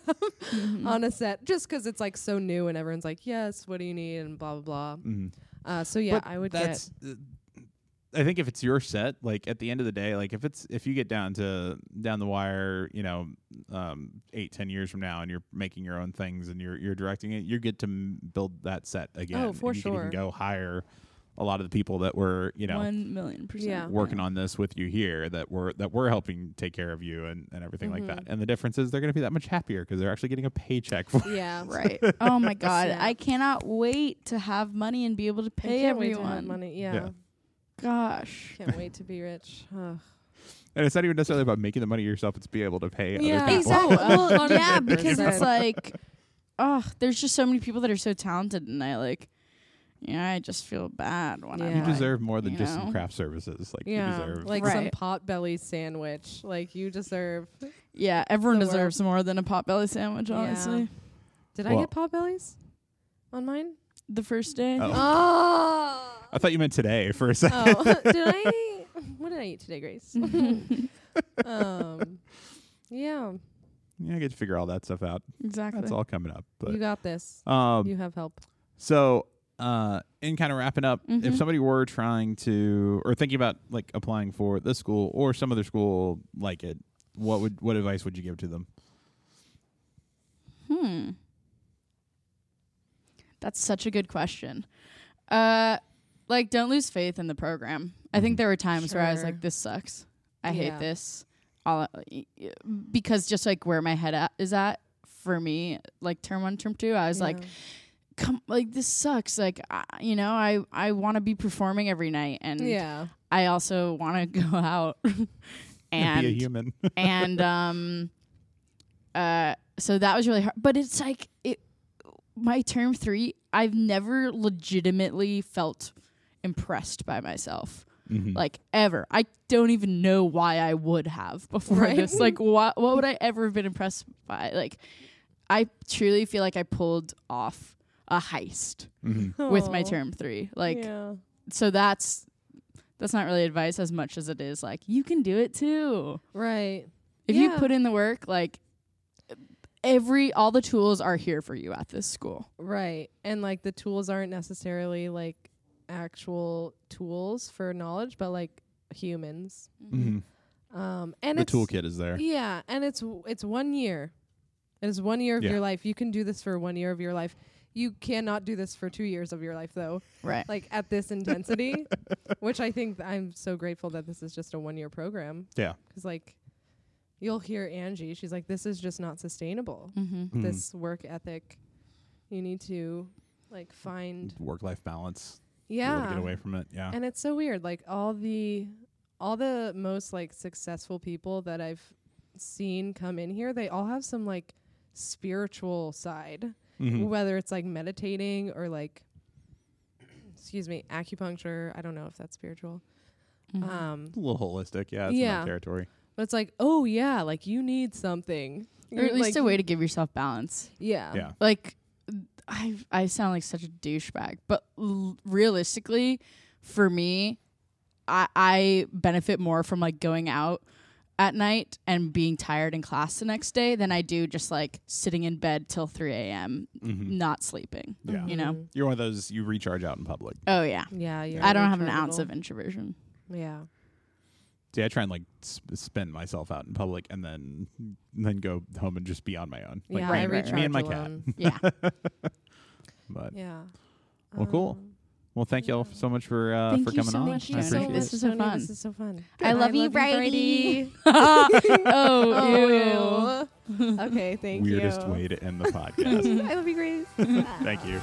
Speaker 4: Mm-hmm.
Speaker 2: on a set just 'cause it's like so new and everyone's like, "Yes, what do you need?" and blah blah blah.
Speaker 5: Mm-hmm.
Speaker 2: Uh so yeah,
Speaker 5: But
Speaker 2: I would get
Speaker 5: that's uh, i think if it's your set like at the end of the day like if it's if you get down to down the wire you know um eight ten years from now and you're making your own things and you're you're directing it you get to m- build that set again
Speaker 2: Oh, for
Speaker 5: and you can
Speaker 2: sure.
Speaker 5: even go hire a lot of the people that were
Speaker 2: (laughs)
Speaker 5: you know
Speaker 4: One million percent.
Speaker 2: Yeah.
Speaker 5: working on this with you here that we're that we're helping take care of you and, and everything like that
Speaker 2: Mm-hmm.
Speaker 5: and the difference is they're going to be that much happier because they're actually getting a paycheck for (laughs)
Speaker 2: yeah.
Speaker 4: (laughs) Right. Oh my god,
Speaker 2: Yeah.
Speaker 4: I cannot wait to have money and be able to
Speaker 2: I
Speaker 4: pay
Speaker 2: can't wait to
Speaker 4: everyone.
Speaker 2: have money. Yeah.
Speaker 5: Yeah.
Speaker 4: Gosh.
Speaker 2: Can't wait to be rich. Ugh.
Speaker 5: and it's not even necessarily about making the money yourself it's be able to pay
Speaker 2: Yeah.
Speaker 5: other people
Speaker 2: Exactly.
Speaker 4: Well,
Speaker 2: (laughs) Well,
Speaker 4: yeah,
Speaker 2: 100%.
Speaker 4: because
Speaker 2: (laughs)
Speaker 4: it's like, oh, there's just so many people that are so talented, and I like, yeah, I just feel bad when I'm.
Speaker 2: You
Speaker 5: you
Speaker 2: Yeah.
Speaker 4: like-
Speaker 5: deserve more than
Speaker 4: you
Speaker 5: just some
Speaker 4: know?
Speaker 5: craft services like you
Speaker 2: Yeah.
Speaker 5: deserve
Speaker 2: Like some
Speaker 4: Right.
Speaker 2: pot belly sandwich. Like you deserve
Speaker 4: Yeah, everyone
Speaker 2: the
Speaker 4: deserves more than a potbelly sandwich.
Speaker 2: Yeah.
Speaker 4: Honestly,
Speaker 2: Did I
Speaker 5: Well-
Speaker 2: get pot bellies on mine?
Speaker 4: the first day.
Speaker 5: Oh.
Speaker 2: Oh.
Speaker 5: (laughs) I thought you meant today for a second.
Speaker 2: oh. (laughs) did I? What did I eat today, Grace?
Speaker 4: (laughs)
Speaker 2: (laughs) um. Yeah.
Speaker 5: (laughs) Yeah, I get to figure all that stuff out.
Speaker 4: exactly.
Speaker 5: That's all coming up.
Speaker 2: you
Speaker 5: But
Speaker 2: got this.
Speaker 5: um,
Speaker 2: You have help.
Speaker 5: so uh, in kind of wrapping up, if
Speaker 2: Mm-hmm.
Speaker 4: Mhm.
Speaker 5: somebody were trying to or thinking about like applying for this school or some other school like it, what would what advice would you give to them? (laughs)
Speaker 4: Hmm. That's such a good question. Uh, like, don't lose faith in the program. I
Speaker 5: Mm-hmm.
Speaker 4: think there were times where I was
Speaker 2: Sure.
Speaker 4: like, "This sucks. I
Speaker 2: Yeah.
Speaker 4: hate this." All because just like where my head at is at for me, like term one, term two, I was like, "Come, like this sucks." Like, I, you know, I I want to be performing every night, and
Speaker 2: yeah.
Speaker 4: I also want to (laughs) go out and
Speaker 5: Be a human. (laughs)
Speaker 4: and um uh so that was really hard but it's like it my term 3 I've never legitimately felt impressed by myself
Speaker 5: Mhm.
Speaker 4: like ever I don't even know why I would have before
Speaker 2: Right.
Speaker 4: this like what what would I ever have been impressed by like I truly feel like I pulled off a heist
Speaker 2: Mm-hmm.
Speaker 5: Mhm.
Speaker 4: with my
Speaker 2: Aw.
Speaker 4: term 3 like
Speaker 2: Yeah.
Speaker 4: so that's that's not really advice as much as it is like you can do it too
Speaker 2: Right.
Speaker 4: if you
Speaker 2: Yeah.
Speaker 4: put in the work like every all the tools are here for you at this school
Speaker 2: Right. And like the tools aren't necessarily like actual tools for knowledge, but like humans.
Speaker 5: Mhm.
Speaker 2: Um. And
Speaker 5: The
Speaker 2: it's
Speaker 5: toolkit is there.
Speaker 2: Yeah, and it's w- it's one year. It's one year of
Speaker 5: Yeah.
Speaker 2: your life. You can do this for one year of your life. You cannot do this for two years of your life, though.
Speaker 4: right
Speaker 2: Like
Speaker 5: (laughs)
Speaker 2: at this intensity, which I think th- I'm so grateful that this is just a one year program.
Speaker 5: Yeah.
Speaker 2: 'Cause like, you'll hear Angie. She's like, "This is just not sustainable.
Speaker 4: mm-hmm.
Speaker 5: Mhm.
Speaker 2: This work ethic. You need to like find
Speaker 5: work life balance. Be able to
Speaker 2: yeah
Speaker 5: Get away from it. Yeah.
Speaker 2: and it's so weird. Like all the all the most like successful people that I've seen come in here, they all have some like spiritual side,
Speaker 5: Mhm.
Speaker 2: whether it's like meditating or like excuse me, acupuncture. I don't know if that's spiritual.
Speaker 4: Mm-hmm.
Speaker 2: Um
Speaker 5: A little holistic. Yeah. It's In
Speaker 2: Yeah.
Speaker 5: that territory.
Speaker 2: but it's like, oh yeah, like you need something.
Speaker 4: or at
Speaker 2: You- like,
Speaker 4: least a way to give yourself balance
Speaker 2: Yeah.
Speaker 5: Yeah.
Speaker 4: like i i sound like such a douchebag but l- realistically for me i i benefit more from like going out at night and being tired in class the next day than i do just like sitting in bed till 3 a.m
Speaker 5: Mhm.
Speaker 4: not sleeping
Speaker 5: Yeah.
Speaker 4: you know
Speaker 5: You're one of those you recharge out in public.
Speaker 4: oh yeah
Speaker 2: Mm-hmm. Yeah, you're
Speaker 4: i don't have an
Speaker 2: rechargeable.
Speaker 4: ounce of introversion
Speaker 2: Yeah.
Speaker 5: See, I try and like sp- spin myself out in public, and then then go home and just be on my own. Like me,
Speaker 2: yeah, I
Speaker 4: right, right,
Speaker 2: recharge
Speaker 4: right.
Speaker 5: me and my cat. (laughs)
Speaker 2: alone.
Speaker 4: yeah
Speaker 5: But
Speaker 2: Yeah.
Speaker 5: Well, cool.
Speaker 2: Um,
Speaker 5: Well, thank you all so much for uh,
Speaker 4: Thank
Speaker 5: for
Speaker 4: you
Speaker 5: coming
Speaker 4: so
Speaker 5: on. I
Speaker 4: much, Tony.
Speaker 5: appreciate
Speaker 4: This
Speaker 5: it.
Speaker 4: was so
Speaker 2: Tony.
Speaker 4: fun.
Speaker 2: This is so fun.
Speaker 4: I love you, (laughs)
Speaker 2: Brady.
Speaker 4: oh,
Speaker 2: (laughs) Oh, (laughs) okay, thank you.
Speaker 5: Weirdest way to end the podcast.
Speaker 2: (laughs) I love you, Grace.
Speaker 5: thank you.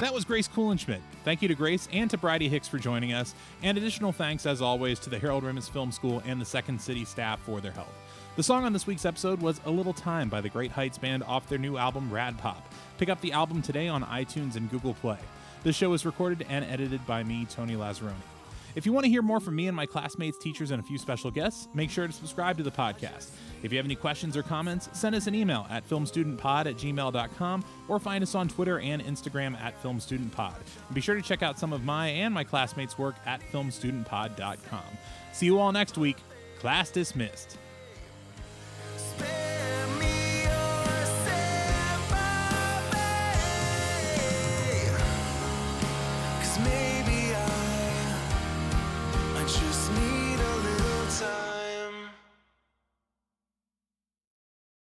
Speaker 1: That was Grace Kulenschmidt. Thank you to Grace and to Bridie Hicks for joining us, and additional thanks, as always, to the Harold Ramis Film School and the Second City staff for their help. The song on this week's episode was A Little Time by the Great Heights Band off their new album Rad Pop. Pick up the album today on iTunes and Google Play. The show is recorded and edited by me, Tony Lazzaroni.
Speaker 5: If you want to hear more from me and my classmates, teachers, and a few special guests, make sure to subscribe to the podcast. If you have any questions or comments, send us an email at filmstudentpod at gmail.com or find us on Twitter and Instagram at filmstudentpod. And be sure to check out some of my and my classmates' work at filmstudentpod.com. See you all next week. Class dismissed.